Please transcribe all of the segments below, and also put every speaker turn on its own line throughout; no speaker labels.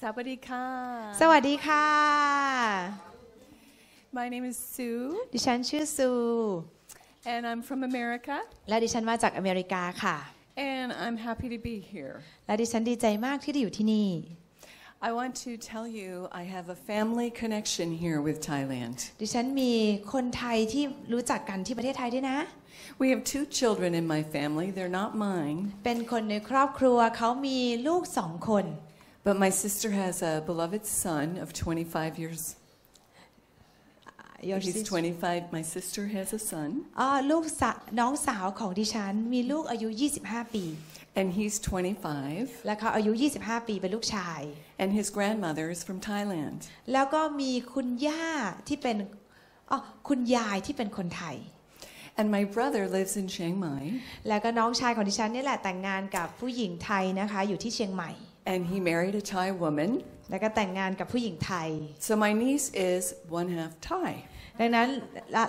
สวัสดีค่ะ
สวัสดีค่ะ
My name is Sue
ดิฉันชื่อซู
and I'm from America
และดิฉันมาจากอเมริกาค่ะ
and I'm happy to be here.
และดิฉันดีใจมากที่ได้อยู่ที่นี่
I want to tell you I have a family connection here with Thailand.
ดิฉันมีคนไทยที่รู้จักกันที่ประเทศไทยด้วยนะ
We have two children in my family. They're not mine,
เป็นคนในครอบครัวเขามีลูกสองคน
but my sister has a beloved son of 25 years.
Your
He's
sister-
25. My sister has a son
อ๋อลูกสะน้องสาวของดิฉันมีลูกอายุ 25 ปี
and he's 25
และเขาอายุ 25 ปีเป็นลูกชาย
and his grandmother is from Thailand.
แล้วก็มีคุณย่าที่เป็นอ๋อคุณยายที่เป็นคนไทย
And my brother lives in Chiang Mai
แล้วก็น้องชายของดิฉันนี่แหละแต่งงานกับผู้หญิงไทยนะคะ อยู่ที่เชียงใหม่
and he married a Thai woman.
แล้วก็แต่งงานกับผู้หญิงไทย
So my niece is one half Thai.
ดังนั้น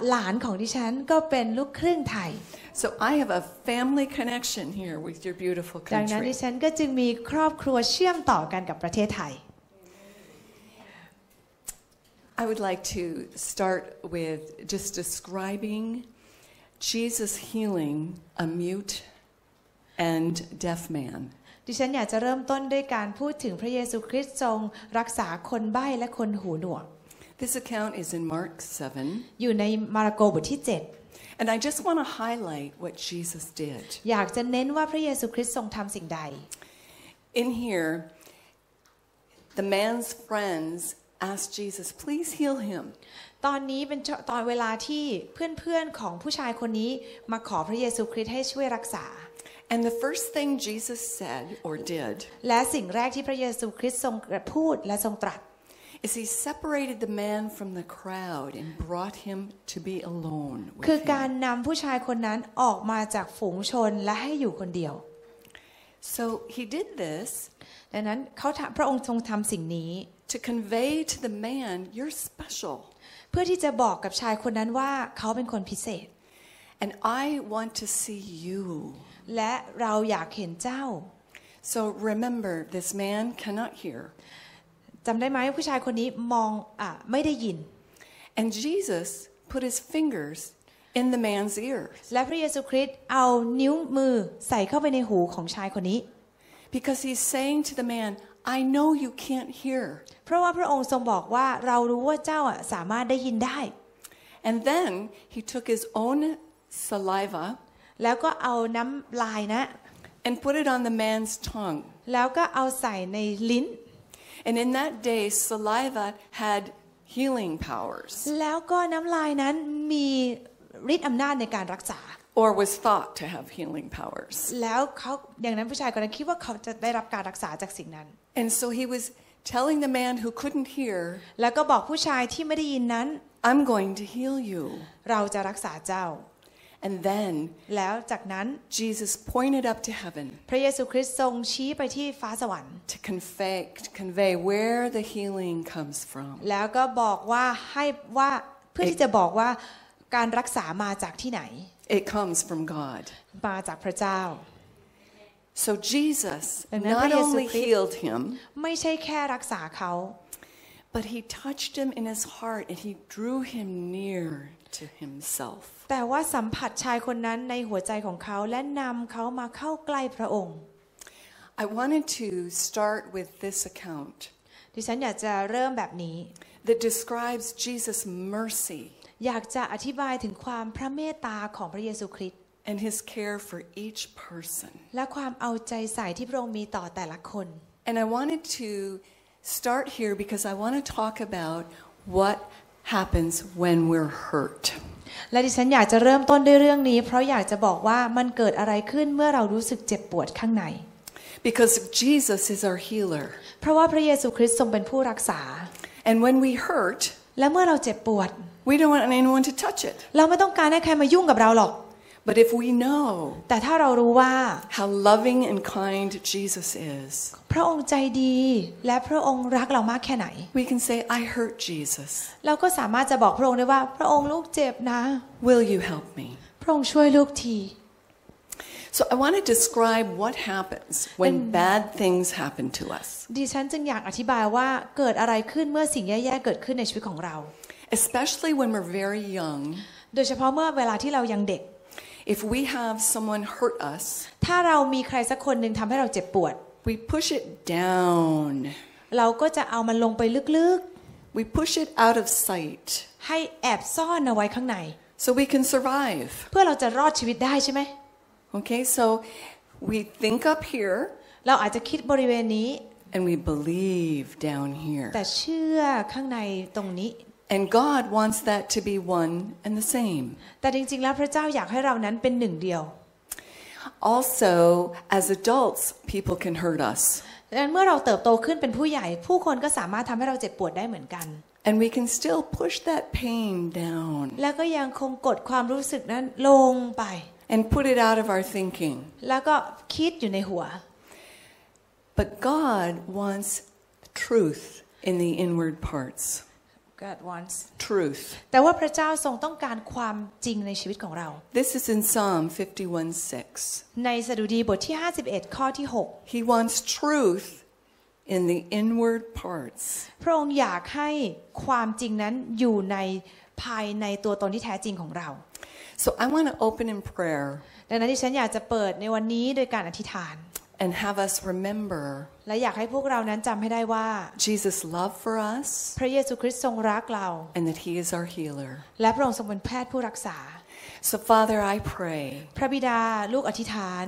หลานของดิฉันก็เป็นลูกครึ่งไทย
So I have a family connection here with your beautiful
ดังนั้นดิ
country.
ฉันก็จึงมีครอบครัวเชื่อมต่อกันกับประเทศไทย
I would like to start with just describing Jesus healing a mute and deaf man.
ดิฉันอยากจะเริ่มต้นด้วยการพูดถึงพระเยซูคริสต์ทรงรักษาคนใบ้และคนหูหนวก
This account is in Mark 7,
อยู่ในมาระโกบทที่
and I just want to highlight what Jesus did.
7 อยากจะเน้นว่าพระเยซูคริสต์ทรงทำสิ่งใด
In here, the man's friends asked Jesus, please heal him.
ตอนนี้เป็นตอนเวลาที่เพื่อนๆของผู้ชายคนนี้มาขอพระเยซูคริสต์ให้ช่วยรักษา
And the first thing Jesus said or did
และสิ่งแรกที่พระเยซูคริสต์ทรงพูดและทรงตรัส
is he separated the man from the crowd and brought him to be alone
คือ
with
การ
him.
นำผู้ชายคนนั้นออกมาจากฝูงชนและให้อยู่คนเดียว
So he did this
ดังนั้นเขาทำพระองค์ทรงทำสิ่งนี้
to convey to the man, you're special.
เพื่อที่จะบอกกับชายคนนั้นว่าเขาเป็นคนพิเศษ
And I want to see you.
และเราอยากเห็นเจ้า
So remember, this man cannot hear.
จำได้ไหมผู้ชายคนนี้มองอ่ะไม่ได้ยิน
And Jesus put his fingers in the man's ears
และพระเยซูคริสต์เอานิ้วมือใส่เข้าไปในหูของชายคนนี้
because he's saying to the man, I know you can't hear.
เพราะว่าพระองค์ทรงบอกว่าเรารู้ว่าเจ้าอ่ะสามารถได้ยินได้
And then he took his own saliva
แล้วก็เอาน้ำลายนะ
and put it on the man's tongue.
แล้วก็เอาใส่ในลิ้น
And in that day, saliva had healing powers,
แล้วก็น้ำลายนั้นมีฤทธิ์อำนาจในการรักษา
or was thought to have healing powers.
แล้วเขาอย่างนั้นผู้ชายคนนั้นคิดว่าเขาจะได้รับการรักษาจากสิ่งนั้น
And so he was telling the man who couldn't hear,
แล้วก็บอกผู้ชายที่ไม่ได้ยินนั้น
I'm going to heal you.
เราจะรักษาเจ้า
And then
แล้วจากนั้น
Jesus pointed up to heaven
พระเยซูคริสต์ทรงชี้ไปที่ฟ้าสวรรค์
to convey, to convey where the healing comes from.
แล้วก็บอกว่าให้ว่าเพื่อที่จะบอกว่าการรักษามาจากที่ไหน
It comes from God.
มาจากพระเจ้า
So Jesus
And
not
remember
only
Yesu Christ-
healed him,
ไม่ใช่แค่รักษาเขา
but he touched him in his heart and he drew him near to himself.
แต่ว่าสัมผัสชายคนนั้นในหัวใจของเขาและนำเขามาเข้าใกล้พระองค์
I wanted to start with this account
ดิฉันอยากจะเริ่มแบบนี้
that describes Jesus' mercy
อยากจะอธิบายถึงความพระเมตตาของพระเยซูคริสต์
and his care for each person.
และความเอาใจใส่ที่พระองค์มีต่อแต่ละคน
And I wanted to start here because I want to talk about what happens when we're hurt.
และดิฉันอยากจะเริ่มต้นด้วยเรื่องนี้ เพราะอยากจะบอกว่ามันเกิดอะไรขึ้นเมื่อเรารู้สึกเจ็บปวดข้างใน
Because Jesus is our healer.
เพราะว่าพระเยซูคริสต์ทรงเป็นผู้รักษา
And when we hurt,
และเมื่อเราเจ็บปวด
we don't want anyone to touch it.
เราไม่ต้องการให้ใครมายุ่งกับเราหรอก
But if we know
แต่ถ้าเรารู้ว่า
how loving and kind Jesus is,
พระองค์ใจดี และพระองค์รักเรามากแค่ไหน
we can say, I hurt Jesus.
เราก็สามารถจะบอกพระองค์ได้ว่า พระองค์ลูกเจ็บนะ
Will you help me?
พระองค์ช่วยลูกที
So I want to describe what happens when bad things happen to us,
ดิฉันจึงอยากอธิบายว่าเกิดอะไรขึ้นเมื่อสิ่งแย่ๆเกิดขึ้นในชีวิตของเรา
especially when we're very young.
โดยเฉพาะเมื่อเวลาที่เรายังเด็ก
If we have someone hurt us,
ถ้าเรามีใครสักคนหนึ่งทำให้เราเจ็บปวด
we push it down.
เราก็จะเอามันลงไปลึก
We push it out of sight
ๆ ให้แอบซ่อนเอาไว้ข้างใน
so we can survive.
เพื่อเราจะรอดชีวิตได้ใช่ไหม
Okay, so we think up here
เราอาจจะคิดบริเวณนี้
and we believe down here.
แต่เชื่อข้างในตรงนี้
And God wants that to be one and the same.
แต่จริงๆ แล้วพระเจ้าอยากให้เรานั้นเป็นหนึ่งเดียว
Also, as adults, people can hurt us
ดังนั้นเมื่อเราเติบโตขึ้นเป็นผู้ใหญ่ ผู้คนก็สามารถทำให้เราเจ็บปวดได้เหมือนกัน
and we can still push that pain down
แล้วก็ยังคงกดความรู้สึกนั้นลงไป
and put it out of our thinking.
แล้วก็คิดอยู่ในหัว
But God wants truth in the inward parts.
God wants
Truth.
แต่ว่าพระเจ้าทรงต้องการความจริงในชีวิตของเรา
This is in Psalm 51 6.
ในสดุดีบทที่ 51 ข้อที่
He wants truth in the inward parts.
6 พระองค์อยากให้ความจริงนั้นอยู่ในภายในตัวตนที่แท้จริงของเรา
So I want to open in prayer
ดังนั้นที่ฉันอยากจะเปิดในวันนี้โดยการอธิษฐาน
and have us remember
และอยากให้พวกเรานั้นจำให้ได้ว่า
Jesus' love for us
พระเยซูคริสต์ทรงรักเรา
and that He is our healer.
และพระองค์ทรงเป็นแพทย์ผู้รักษา
So, Father, I pray
พระบิดาลูกอธิษฐาน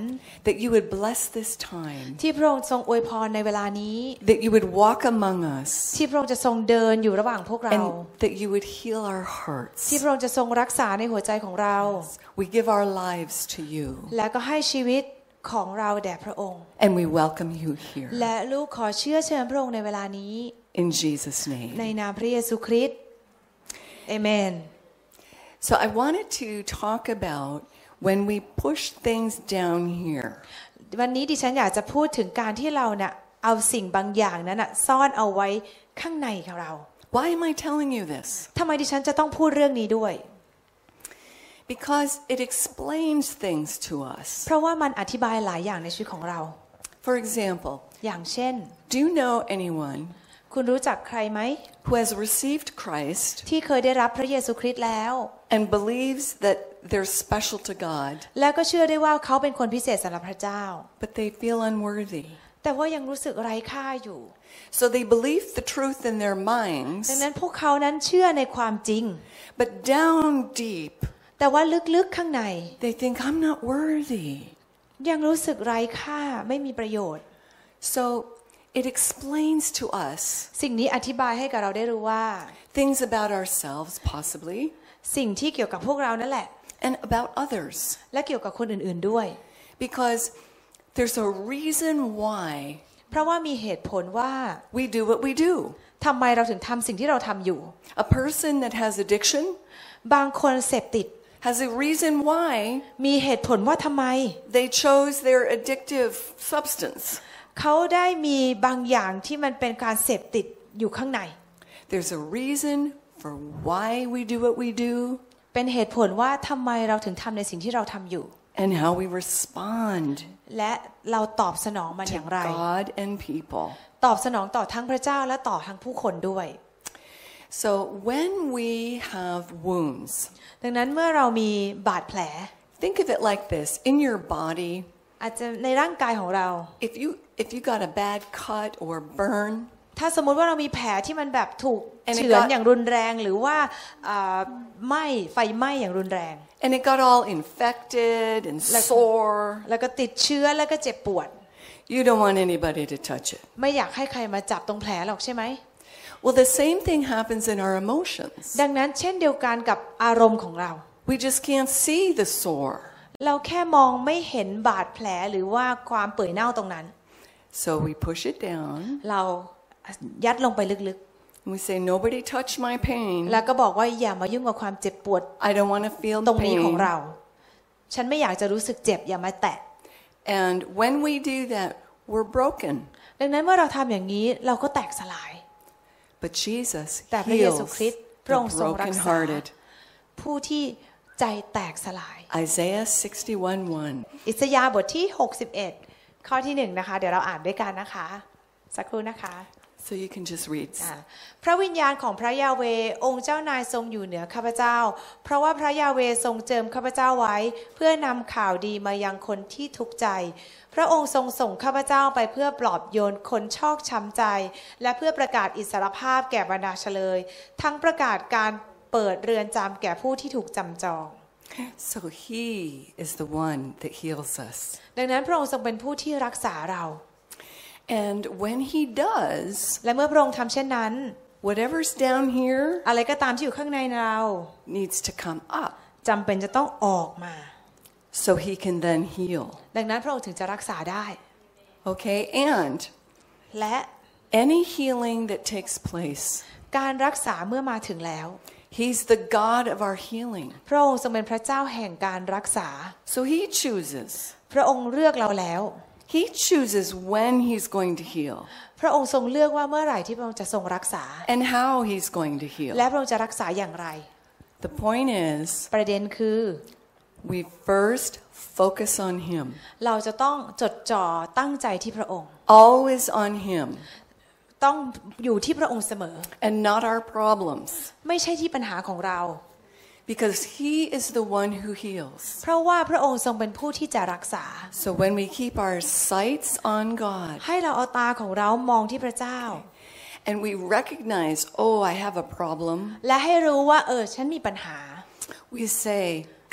that you would bless this time,
ที่พระองค์ทรงอวยพรในเวลานี้
that you would walk among us,
ที่พระองค์จะทรงเดินอยู่ระหว่างพวกเรา
and that you would heal our
ที่
hearts.
พระองค์จะทรงรักษาในหัวใจของเรา
We give our lives to you
และก็ให้ชีวิตของเราแด่พระองค์
and we welcome you here.
และลูกขอเชื่อเชิญพระองค์ในเวลานี้
In Jesus'
ใน
name.
นามพระเยซูคริสต์เอเมน
So, I wanted to talk about when we push things down here.
วันนี้ดิฉันอยากจะพูดถึงการที่เราเนะ่ะเอาสิ่งบางอย่างนั้นนะ่ะซ่อนเอาไว้ข้างในของเรา
Why am I telling you this?
ทำไมดิฉันจะต้องพูดเรื่องนี้ด้วย
Because it explains things to us.
เพราะว่ามันอธิบายหลายอย่างในชีวิตของเรา
For example,
อย่างเช่น
do you know anyone
คุณรู้จักใครไหม
who has received Christ
ที่เคยได้รับพระเยซูคริสต์แล้ว
and believes that they're special to God,
และก็เชื่อได้ว่าเขาเป็นคนพิเศษสำหรับพระเจ้า
but they feel unworthy.
แต่ว่ายังรู้สึกไร้ค่าอยู่
So they believe the truth in their
ดัง
minds,
นั้นพวกเขานั้นเชื่อในความจริง
but down deep,
แต่ว่าลึกๆข้างใน
they think, I'm not worthy.
ยังรู้สึกไร้ค่าไม่มีประโยชน์
So it explains to us
สิ่งนี้อธิบายให้กับเราได้รู้ว่า
things about ourselves, possibly,
สิ่งที่เกี่ยวกับพวกเรานั่นแหละ
and about others,
และเกี่ยวกับคนอื่นๆด้วย
because there's a reason why
เพราะว่ามีเหตุผลว่า
we do what we do.
ทำไมเราถึงทำสิ่งที่เราทำอยู่
A person that has addiction
บางคนเสพติด
has a reason why
มีเหตุผลว่าทำไม
they chose their addictive substance.
เขาได้มีบางอย่างที่มันเป็นการเสพติดอยู่ข้างใน
There's a reason for why we do what we do
เป็นเหตุผลว่าทำไมเราถึงทำในสิ่งที่เราทำอยู่
and how we respond
และเราตอบสนองมันอ
to
ย่างไร
God and people.
ตอบสนองต่อทั้งพระเจ้าและต่อทั้งผู้คนด้วย
So when we have wounds,
ดังนั้นเมื่อเรามีบาดแผล
think of it like this. In your body,
อาจจะในร่างกายของเรา
if you if you got a bad cut or burn
ถ้าสมมติว่าเรามีแผลที่มันแบบถูก
And it
เฉือน
got-
อย่างรุนแรงหรือว่าอ่าไหม้ไฟไหม้อย่างรุนแรง
and it got all infected and
Like-
sore,
แล้วก็ติดเชื้อแล้วก็เจ็บปวด
you don't want anybody to touch it.
ไม่อยากให้ใครมาจับตรงแผลหรอกใช่ไหม
Well, the same thing happens in our emotions.
ดังนั้นเช่นเดียวกันกับอารมณ์ของเรา
We just can't see the sore,
เราแค่มองไม่เห็นบาดแผลหรือว่าความเปื่อยเน่าตรงนั้น
so we push it down
เรายัดลงไปลึก
and we say, "Nobody touch my
ๆ
pain."
แล้วก็บอกว่าอย่ามายุ่งกับความเจ็บปวด
I don't want to feel
ต
the
รงนี้ของ
pain.
เรา ฉันไม่อยากจะรู้สึกเจ็บอย่ามาแตะ
And when we do that, we're broken.
ดังนั้นเมื่อเราทำอย่างนี้เราก็แตกสลาย
But Jesus
แต่พระเยซู
heals
คริสต์
the
พระองค์ทรงรักษา
brokenhearted.
ผู้ที่ ใจแตกสลาย
Isaiah 61:1.
อิสยาห์บทที่ 61 ข้อที่ 1 นะคะ เดี๋ยวเราอ่านด้วยกันนะคะ สักครู่นะคะ
So you can just read.
อ่าพระวิญญาณของพระยาเวองค์เจ้านายทรงอยู่เหนือข้าพเจ้า เพราะว่าพระยาเวทรงเจิมข้าพเจ้าไว้ เพื่อนำข่าวดีมายังคนที่ทุกข์ใจ พระองค์ทรงส่งข้าพเจ้าไปเพื่อปลอบโยนคนชอกช้ำใจ และเพื่อประกาศอิสรภาพแก่บรรดาเฉลย ทั้งประกาศการเปิดเรือนจำแก่ผู้ที่ถูกจำจอง
So he is the one that heals us.
ดังนั้นพระองค์ทรงเป็นผู้ที่รักษาเรา
And when he does,
และเมื่อพระองค์ทำเช่นนั้น
whatever's down here
อะไรก็ตามที่อยู่ข้างในเรา
needs to come up
จำเป็นจะต้องออกมา
so he can then heal.
ดังนั้นพระองค์ถึงจะรักษาได้
Okay? And
และ
any healing that takes place,
การรักษาเมื่อมาถึงแล้ว
he's the God of our healing.
พระองค์ทรงเป็นพระเจ้าแห่งการรักษา
So he chooses.
พระองค์เลือกเราแล้ว
He chooses when he's going to heal
พระองค์ทรงเลือกว่าเมื่อไหร่ที่พระองค์จะทรงรักษา
and how he's going to heal.
และพระองค์จะรักษาอย่างไร
The point is,
ประเด็นคือ
we first focus on him,
เราจะต้องจดจ่อตั้งใจที่พระองค์
always on him,
ต้องอยู่ที่พระองค์เสมอ
and not our problems.
ไม่ใช่ที่ปัญหาของเรา
Because He is the one who heals.
เพราะว่าพระองค์ทรงเป็นผู้ที่จะรักษา
So when we keep our sights on God
ให้เราเอาตาของเรามองที่พระเจ้า
and we recognize, oh, I have a problem,
และให้รู้ว่าเออฉันมีปัญหา
we say,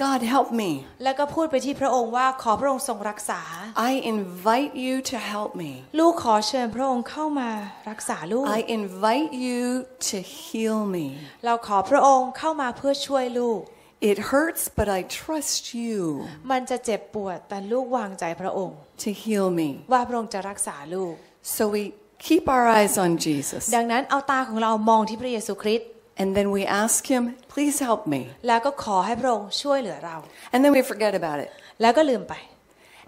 God, help me.
แล้วก็พูดไปที่พระองค์ว่าขอพระองค์ทรงรักษา
I invite you to help me.
ลูกขอเชิญพระองค์เข้ามารักษาลูก
I invite you to heal me.
เราขอพระองค์เข้ามาเพื่อช่วยลูก
It hurts, but I trust you
มันจะเจ็บปวดแต่ลูกวางใจพระองค์
to heal me.
ว่าพระองค์จะรักษาลูก
So we keep our eyes on Jesus
ดังนั้นเอาตาของเรามองที่พระเยซูคริสต์
and then we ask Him, please help me.
แล้วก็ขอให้พระองค์ช่วยเหลือเรา
And then we forget about it
แล้วก็ลืมไป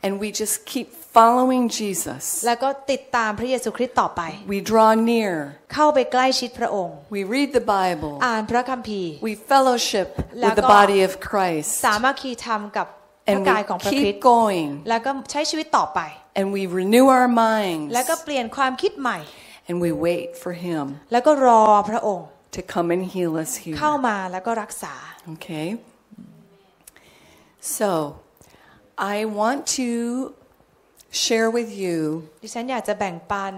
and we just keep following Jesus.
แล้วก็ติดตามพระเยซูคริสต์ต่อไป
We draw near.
เข้าไปใกล้ชิดพระองค์
We read the Bible.
อ่านพระคัมภีร์
We fellowship with the
แล้วก็
body of Christ.
สามัคคีธรรมกับพระ
And
กายของพ
we
ระคริส
keep
ต์
going.
แล้วก็ใช้ชีวิตต่อไป
And we renew our minds.
แล้วก็เปลี่ยนความคิดใหม่
And we wait for Him
แล้วก็รอพระองค์
to come and heal us here.
เข้ามาแล้วก็รักษา
Okay? So, I want to share with you
ดิฉันอยากจะแบ่งปัน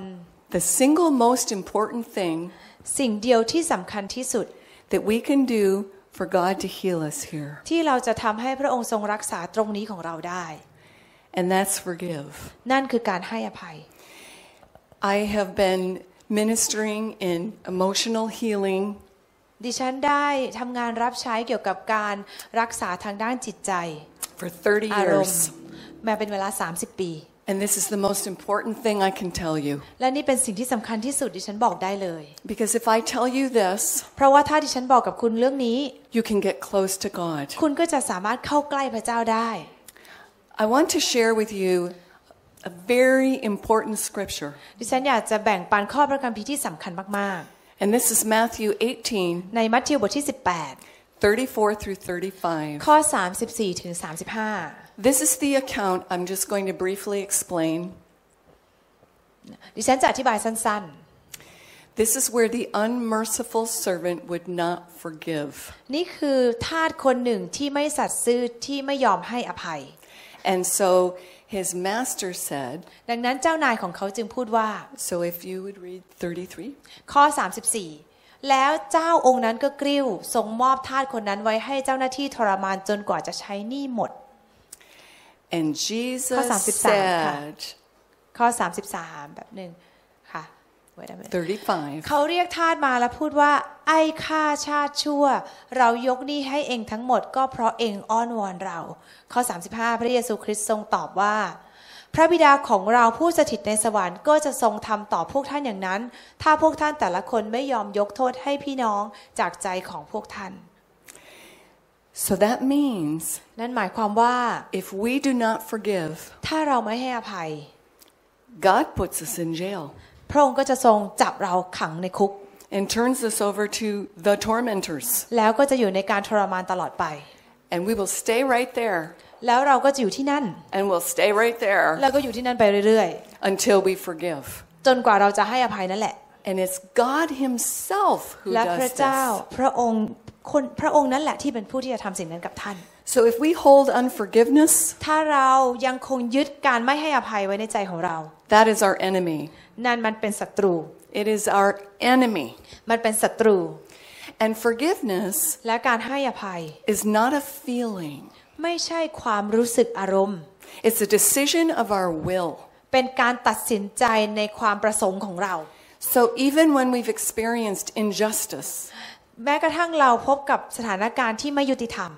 the single most important thing
สิ่งเดียวที่สำคัญที่สุด
that we can do for God to heal us here,
ที่เราจะทำให้พระองค์ทรงรักษาตรงนี้ของเราได้
and that's forgive.
นั่นคือการให้อภัย
I have been ministering in emotional healing
ดิฉันได้ทำงานรับใช้เกี่ยวกับการรักษาทางด้านจิตใจ
for 30
อารมณ์
years.
มาเป็นเวลา 30 ปี
And this is the most important thing I can tell you.
และนี่เป็นสิ่งที่สำคัญที่สุดดิฉันบอกได้เลย
Because if I tell you this,
เพราะว่าถ้าดิฉันบอกกับคุณเรื่องนี้
you can get close to God.
คุณก็จะสามารถเข้าใกล้พระเจ้าได้
I want to share with you a very important scripture.
ดิฉันอยากจะแบ่งปันข้อพระคัมภีร์ที่สำคัญมาก
And this is Matthew 18,
ๆ ในมัทธิวบทที่
34 through 35.
18 ข้อ 34ถึง35
This is the account I'm just going to briefly explain.
ดิฉันจะอธิบายสั้น
This is where the unmerciful servant would not forgive.
ๆ นี่คือทาสคนหนึ่งที่ไม่สัตย์ซื่อที่ไม่ยอมให้อภัย
And so his master said,
ดังนั้นเจ้านายของเขาจึงพูดว่า
So if you would read 33.
ข้อ 34 แล้วเจ้าองค์นั้นก็กริ้วทรงมอบทาสคนนั้นไว้ให้เจ้าหน้าที่ทรมานจนกว่าจะใช้หนี้หมด
And Jesus
33
said,
ข้อ 33 แบบหนึ่งค่ะไว้ได้ไหม
35.
เขาเรียกทาสมาแล้วพูดว่า ไอ้ข้าชาติชั่ว เรายกหนี้ให้เองทั้งหมดก็เพราะเองอ้อนวอนเรา ข้อ 35 พระเยซูคริสต์ทรงตอบว่า พระบิดาของเราผู้สถิตในสวรรค์ก็จะทรงทำต่อพวกท่านอย่างนั้น ถ้าพวกท่านแต่ละคนไม่ยอมยกโทษให้พี่น้องจากใจของพวกท่าน
So that means
นั่นหมายความว่า
if we do not forgive,
ถ้าเราไม่ให้อภัย
God puts us in jail
พระองค์ก็จะทรงจับเราขังในคุก
and turns us over to the tormentors.
แล้วก็จะอยู่ในการทรมานตลอดไป
And we will stay right there,
แล้วเราก็จะอยู่ที่นั่น
and we'll stay right there
แล้วก็อยู่ที่นั่นไปเรื่อย
until we forgive.
ๆ จนกว่าเราจะให้อภัยนั่นแหละ
And it's God Himself who
และพระ
does
เจ้า
this.
พระองค์คนพระองค์นั่นแหละที่เป็นผู้ที่จะทำสิ่งนั้นกับท่าน
So if we hold unforgiveness,
ถ้าเรายังคงยึดการไม่ให้อภัยไว้ในใจของเรา
that is our enemy.
นั่นมันเป็นศัตรู
It is our enemy.
มันเป็นศัตรู
And forgiveness
และการให้อภัย
is not a feeling,
ไม่ใช่ความรู้สึกอารมณ์
it's a decision of our will.
เป็นการตัดสินใจในความประสงค์ของเรา
So even when we've experienced injustice,
แม้กระทั่งเราพบกับสถานการณ์ที่ไม่ยุติธรรม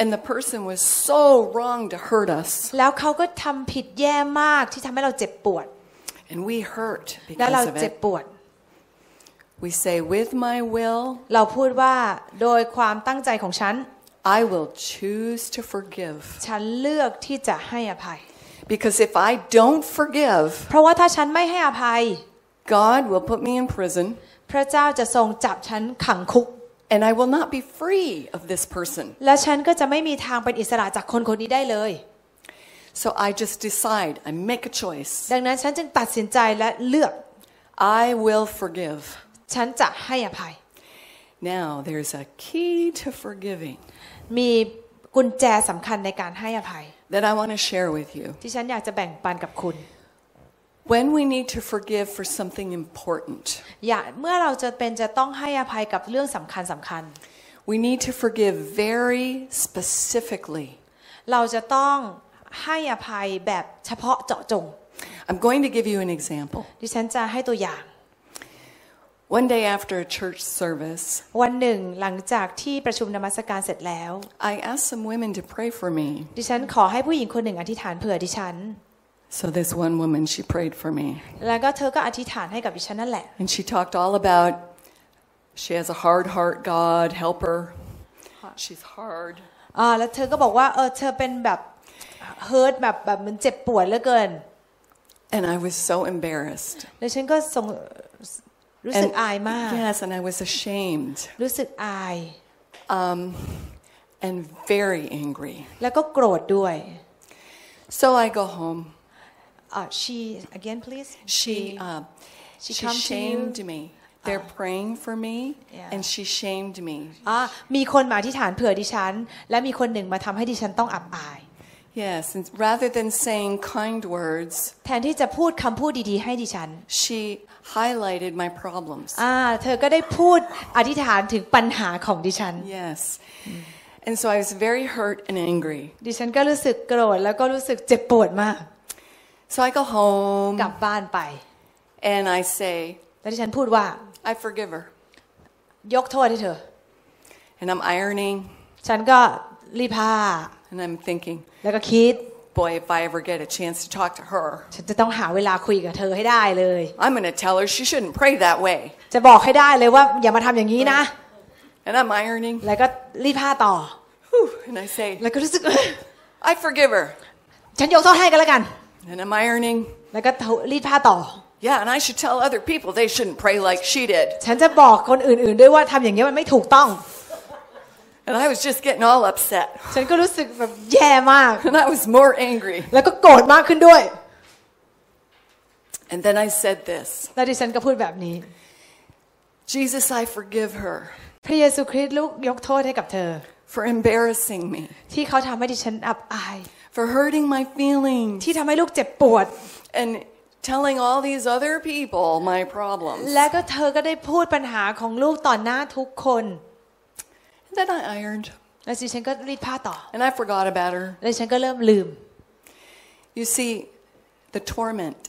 and the person was so wrong to hurt us,
แล้วเขาก็ทำผิดแย่มากที่ทำให้เราเจ็บปวด
and we hurt
และเรา
because of
เจ็บ
it,
ปวด
we say, With my will,
เราพูดว่าโดยความตั้งใจของฉัน
I will choose to forgive.
ฉันเลือกที่จะให้อภัย
Because if I don't forgive,
เพราะว่าถ้าฉันไม่ให้อภัย
God will put me in prison,
พระเจ้าจะทรงจับฉันขังคุก
and I will not be free of this person.
และฉันก็จะไม่มีทางเป็นอิสระจากคนคนนี้ได้เลย
So I just decide, I make a choice.
ดังนั้นฉันจึงตัดสินใจและเลือก
I will forgive.
ฉันจะให้อภัย
Now, there's a key to forgiving
มีกุญแจสำคัญในการให้อภัย
that I want to share with you.
ที่ฉันอยากจะแบ่งปันกับคุณ
When we need to forgive for something important,
อย่าเมื่อเราจะเป็นจะต้องให้อภัยกับเรื่องสำคัญสำคัญ
we need to forgive very specifically.
เราจะต้องให้อภัยแบบเฉพาะเจาะจง
I'm going to give you an example.
ดิฉันจะให้ตัวอย่าง
One day after a church service,
วันหนึ่งหลังจากที่ประชุมนมัสการเสร็จแล้ว
I asked some women to pray for me.
ดิฉันขอให้ผู้หญิงคนหนึ่งอธิษฐานเผื่อดิฉัน
So this one woman, she prayed for me.
แล้วก็เธอก็อธิษฐานให้กับดิฉันนั่นแหละ
And she talked all about she has a hard heart, God, help her. She's hard.
อ่าแล้วเธอก็บอกว่าเออเธอเป็นแบบเฮิร์ตแบบแบบมันเจ็บปวดเหลือเกิน
And I was so embarrassed.
แล้วฉันก็สงรู้สึก
And,
อายมาก
Yes, and I was ashamed
รู้สึกอาย
um, and very angry.
แล้วก็โกรธด้วย
So I go home.
อ่า she again please
She, uh,
She
she,
come to
shamed me. They're praying for me,
Yeah.
and she shamed me.
อ่ามีคนมาอธิษฐานเผื่อดิฉัน และมีคนหนึ่งมาทำให้ดิฉันต้องอับอาย
Yes, and rather than saying kind words,
แทนที่จะพูดคำพูดดีๆ ให้ดิฉัน
she highlighted my problems.
อ่าเธอก็ได้พูดอธิษฐานถึงปัญหาของดิฉัน
Yes. And so I was very hurt and angry.
ดิฉันก็รู้สึกโกรธแล้วก็รู้สึกเจ็บปวดมาก
So I go home
กลับบ้านไป
and I say,
แล้วดิฉันพูดว่า
I forgive her.
ยกโทษให้เธอ
And I'm ironing
ฉันก็รีบผ้า
and I'm thinking,
แล้วก็คิด
boy, if I ever get a chance to talk to her,
ฉันจะต้องหาเวลาคุยกับเธอให้ได้เลย
I'm going to tell her she shouldn't pray that way.
จะบอกให้ได้เลยว่าอย่ามาทำอย่างนี้นะ
And I'm ironing.
แล้วก็รีดผ้าต่อ
Whew, and I say,
แล้วก็รู้สึก
I forgive her.
ฉันยกโทษให้กันแล้วกัน
And I'm ironing.
แล้วก็รีดผ้าต่อ
Yeah, and I should tell other people they shouldn't pray like she did.
ฉันจะบอกคนอื่นๆ ด้วยว่าทำอย่างนี้ยมันไม่ถูกต้อง
And I was just getting all upset.
ฉันก็รู้สึกแบบแย่มาก
And I was more angry.
แล้วก็โกรธมากขึ้นด้วย
And then I said this
แล้วดิฉันก็พูดแบบนี้
Jesus, I forgive her
พระเยซูคริสต์ลูกยกโทษให้กับเธอ
for embarrassing me,
ที่เขาทำให้ดิฉันอับอาย
for hurting my feelings.
ที่ทำให้ลูกเจ็บปวด
and telling all these other people my problems.
และก็เธอก็ได้พูดปัญหาของลูกต่อหน้าทุกคน
Then I ironed
แล้วดิฉันก็รีดผ้าต่อ
and I forgot about her.
แล้วดิฉันก็เริ่มลืม
You see, the torment.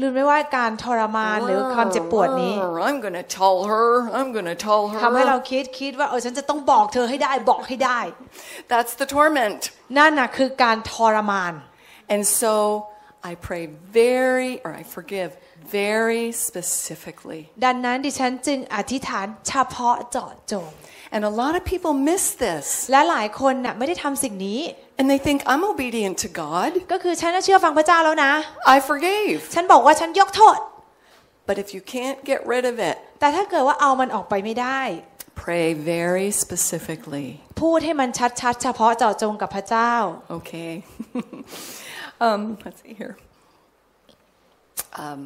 ลืมไม่ว่าการทรมานหรือความเจ็บปวดนี้
"Rrr, I'm going to tell her. I'm going to tell
ทำให้เรา
her.
คิดคิดว่าเออฉันจะต้องบอกเธอให้ได้บอกให้ได้
That's the torment.
นั่นน่ะคือการทรมาน
And so I pray very, or I forgive very specifically.
ดังนั้นดิฉันจึงอธิษฐานเฉพาะเจาะจง
And a lot of people miss this
และหลายคนน่ะไม่ได้ทำสิ่งนี้
and they think, I'm obedient to God.
ก็คือฉันน่ะเชื่อฟังพระเจ้าแล้วนะ
I forgave.
ฉันบอกว่าฉันยกโทษ
But if you can't get rid of it,
แต่ถ้าเกิดว่าเอามันออกไปไม่ได้
pray Pray very specifically,
พูดให้มันชัดๆ เฉพาะเจาะจงกับพระเจ้า
okay? um, let's see here. Um,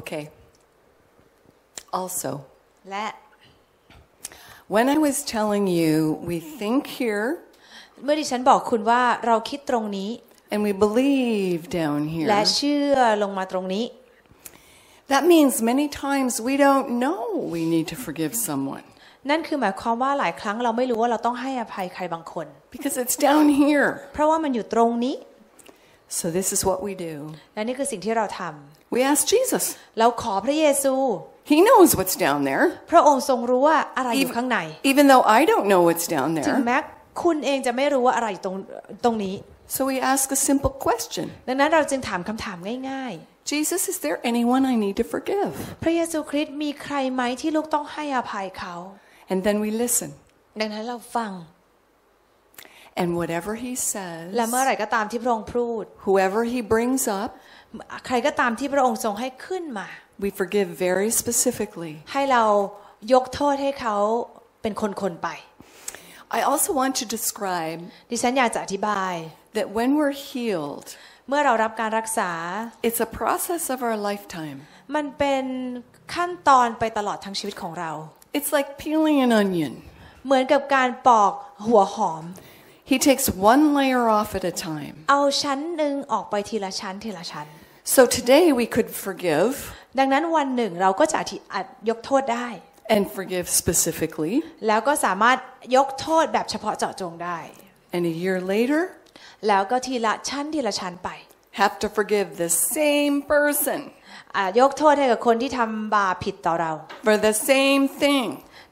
okay. Also,
และ
when I was telling you, we think here
เมื่อดิฉันบอกคุณว่าเราคิดตรงนี้
and we believe down
และ
here,
เชื่อลงมาตรงนี้
that means many times we don't know we need to forgive someone
นั่นคือหมายความว่าหลายครั้งเราไม่รู้ว่าเราต้องให้อภัยใครบางคน
because it's down here.
เพราะว่ามันอยู่ตรงนี้
So this is what we do.
และนี่คือสิ่งที่เราทำ
We ask Jesus.
เราขอพระเยซู
He knows what's down there.
พระองค์ทรงรู้ว่าอะไรอยู่
Even-
ข้างใน
Even though I don't know what's down
ถึง
there.
แม้คุณเองจะไม่รู้ว่าอะไรอยู่ตรงตรงนี้
So we ask a simple question.
ดังนั้นเราจึงถามคำถามง่าย
Jesus, is there anyone I need to forgive?
ๆ พระเยซูคริสต์มีใครไหมที่ลูกต้องให้อภัยเขา
And then we listen.
ดังนั้นเราฟัง
And whatever he
และเมื่อ
says,
ไหร่ก็ตามที่พระองค์พูด
whoever he brings up,
ใครก็ตามที่พระองค์ทรงให้ขึ้นมา
we forgive very specifically.
ให้เรายกโทษให้เขาเป็นคนๆไป
I also want to describe
ดิฉันอยากจะอธิบาย
that when we're healed,
เมื่อเรารับการรักษา
it's a process of our lifetime.
มันเป็นขั้นตอนไปตลอดทั้งชีวิตของเรา
It's like peeling an onion.
เหมือนกับการปอกหัวหอม
He takes one layer off at a time.
เอาชั้นหนึ่งออกไปทีละชั้นทีละชั้น
So today we could forgive
ดังนั้นวันหนึ่งเราก็จะอธิอัดยกโทษได้
and forgive specifically.
แล้วก็สามารถยกโทษแบบเฉพาะเจาะจงได้
And a year later,
แล้วก็ทีละชั้นทีละชั้นไป
have to forgive the same person
อ่ะยกโทษให้กับคนที่ทำบาปผิดต่อเรา
for the same thing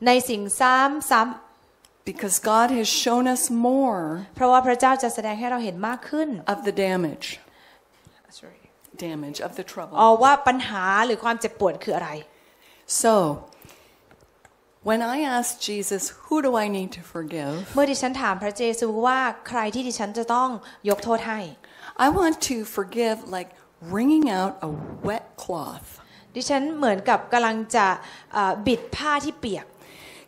ในสิ่งซ้ำซ้ำ
because God has shown us more
เพราะว่าพระเจ้าจะแสดงให้เราเห็นมากขึ้น
of the damage, damage of the trouble.
อ๋อว่าปัญหาหรือความเจ็บปวดคืออะไร
So, when I asked Jesus, who do I need to forgive?
เมื่อดิฉันถามพระเยซูว่าใครที่ดิฉันจะต้องยกโทษให้
I want to forgive like wringing out a wet cloth.
ดิฉันเหมือนกับกำลังจะเอ่อบิดผ้าที่เปียก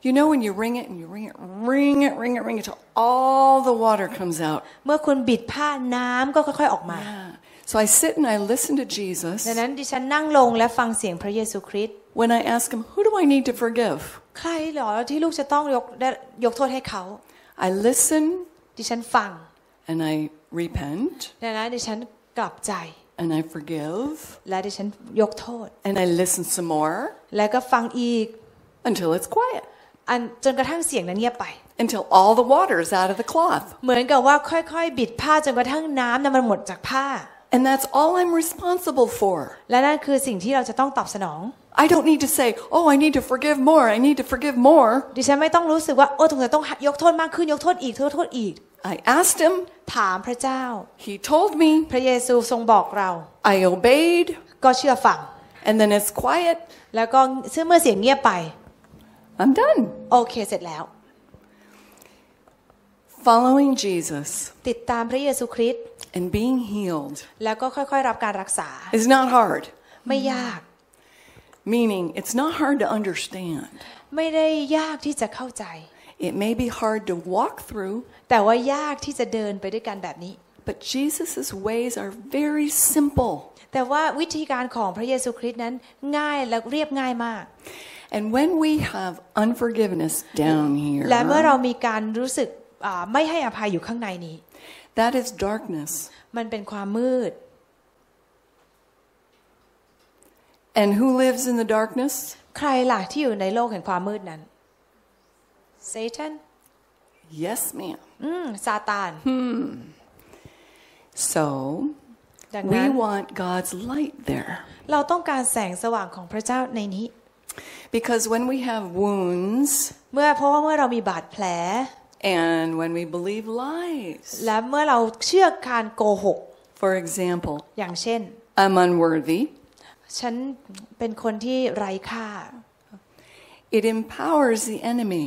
You know when you wring it and you wring it, wring it, wring it, wring it till all the water comes out.
เมื่อคุณบิดผ้าน้ำก็ค่อยๆออกมา
Yeah. So I sit and I listen to Jesus
ดังนั้นดิฉันนั่งลงและฟังเสียงพระเยซูคริสต์
when I ask him, Who do I need to forgive?
ใครเหรอที่ลูกจะต้องยกได้ยกโทษให้เขา
I listen
ดิฉันฟัง
and I repent
ดังนั้นดิฉันกลับใจ
and I forgive
และดิฉันยกโทษ
and I listen some more
แล้วก็ฟังอีก
until it's quiet,
อันจนกระทั่งเสียงนั้นเงียบไป
until all the water is out of the cloth.
เหมือนกับว่าค่อยๆ บิดผ้าจนกระทั่งน้ำนั้นมันหมดจากผ้า
And that's all I'm responsible for.
และนั่นคือสิ่งที่เราจะต้องตอบสนอง
I don't need to say, Oh, I need to forgive more, I need to forgive more.
ดิฉันไม่ต้องรู้สึกว่าโอ้ตรงนี้ต้องยกโทษมากขึ้นยกโทษอีกยกโทษอีก
I asked him,
ถามพระเจ้า
he told me,
พระเยซูทรงบอกเรา
I obeyed,
ก็เชื่อฟัง
and then it's quiet,
แล้วก็ซึ่งเมื่อเสียงเงียบไป
I'm done.
โอเคเสร็จแล้ว
Following Jesus
ติดตามพระเยซูคริสต์
and being healed
แล้วก็ค่อยๆ รับการรักษา
is not hard,
ไม่ยาก
meaning it's not hard to understand.
ไม่ได้ยากที่จะเข้าใจ
It may be hard to walk through,
แต่ว่ายากที่จะเดินไปด้วยกันแบบนี้
but Jesus' ways are very simple.
แต่ว่าวิธีการของพระเยซูคริสต์นั้นง่ายและเรียบง่ายมาก
And when we have unforgiveness down
และเมื่อเรา
here,
มีการรู้สึกอ่าไม่ให้อภัยอยู่ข้างในนี้
that is darkness.
มันเป็นความมืด
And who lives in the darkness?
ใครล่ะที่อยู่ในโลกแห่งความมืดนั้น Satan
Yes, ma'am.
อืมซาตาน
So
ดัง
we
นั้น
want God's light there.
เราต้องการแสงสว่างของพระเจ้าในนี้
Because when we have wounds
เมื่อเพราะว่าเมื่อเรามีบาดแผล
and when we believe lies,
และเมื่อเราเชื่อการโกหก
for example,
อย่างเช่น
I'm unworthy,
ฉันเป็นคนที่ไร้ค่า
it empowers the enemy.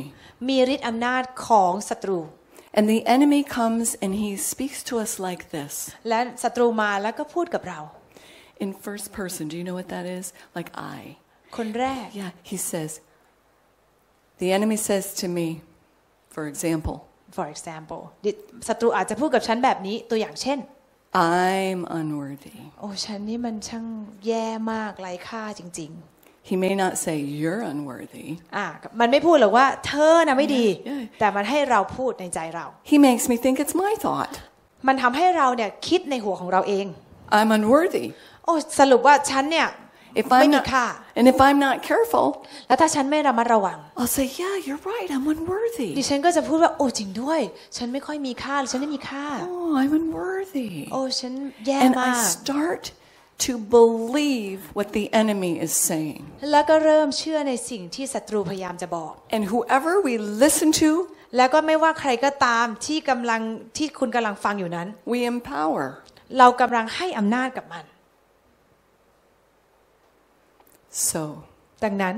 มีฤทธิ์อำนาจของศัตรู
And the enemy comes and he speaks to us like this
และศัตรูมาแล้วก็พูดกับเรา
in first person. Do you know what that is? Like I.
คนแรก
Yeah, he says, The enemy says to me, for example,
for example ดิศัตรูอาจจะพูดกับฉันแบบนี้ตัวอย่างเช่น
I'm unworthy.
โอ้ฉันนี่มันช่างแย่มากไร้ค่าจริง
He may not say, You're unworthy.
ๆ อ่ะมันไม่พูดหรอกว่าเธอนะไม่ดี
ใช่
แต่มันให้เราพูดในใจเรา
He makes me think it's my thought.
มันทำให้เราเนี่ยคิดในหัวของเราเอง
I'm unworthy.
โอ้สรุปว่าฉันเนี่ย
If
ไม่
I'm
มี
not,
ค่า
and if I'm not careful,
แล้วถ้าฉันไม่ระมัดระวัง
I'll say, Yeah, you're right. I'm
ดิ
unworthy.
ฉันก็จะพูดว่าโอ้จริงด้วย ฉันไม่ค่อยมีค่าหรือฉันไม่มีค่า
Oh, I'm unworthy.
โอ้ฉันแย่
And
มา
I
ก
start to believe what the enemy is saying.
แล้วก็เริ่มเชื่อในสิ่งที่ศัตรูพยายามจะบอก
And whoever we listen to,
แล้วก็ไม่ว่าใครก็ตามที่กำลังที่คุณกำลังฟังอยู่นั้น
we empower.
เรากำลังให้อำนาจกับมัน
So,
ดังนั้น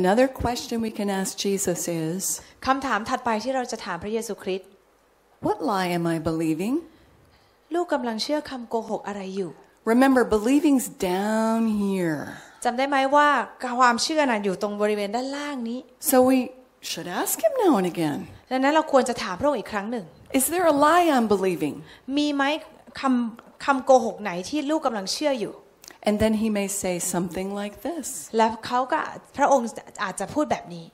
another question we can ask Jesus is
คำถามถัดไปที่เราจะถามพระเยซูคริสต์
What lie am I believing?
ลูกกำลังเชื่อคำโกหกอะไรอยู่
Remember, believing's down here.
จำได้ไหมว่าความเชื่อน่ะอยู่ตรงบริเวณด้านล่างนี้
So, we should ask him now and again
ดังนั้นเราควรจะถามพระองค์อีกครั้งหนึ่ง
Is there a lie I'm believing?
มีไหมคำคำโกหกไหนที่ลูกกำลังเชื่ออยู่
And then he may say something like this
แล้วเขาก็พระองค์อาจจะพูดแบบนี้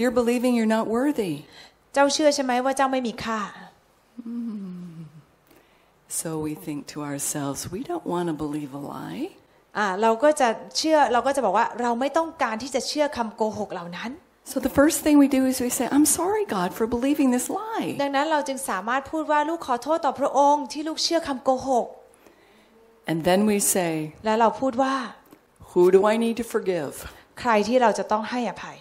You're believing you're not worthy.
เจ้าเชื่อใช่ไหมว่าเจ้าไม่มีค่า
So, we think to ourselves, we don't want to believe a lie.
อ่าเราก็จะเชื่อเราก็จะบอกว่าเราไม่ต้องการที่จะเชื่อคำโกหกเหล่านั้น
So the first thing we do is we say, I'm sorry, God, for believing this lie.
ดังนั้นเราจึงสามารถพูดว่าลูกขอโทษต่อพระองค์ที่ลูกเชื่อคำโกหก
And then we say,
และเราพูดว่า
Who do I need to forgive?
ใครที่เราจะต้องให้อภัย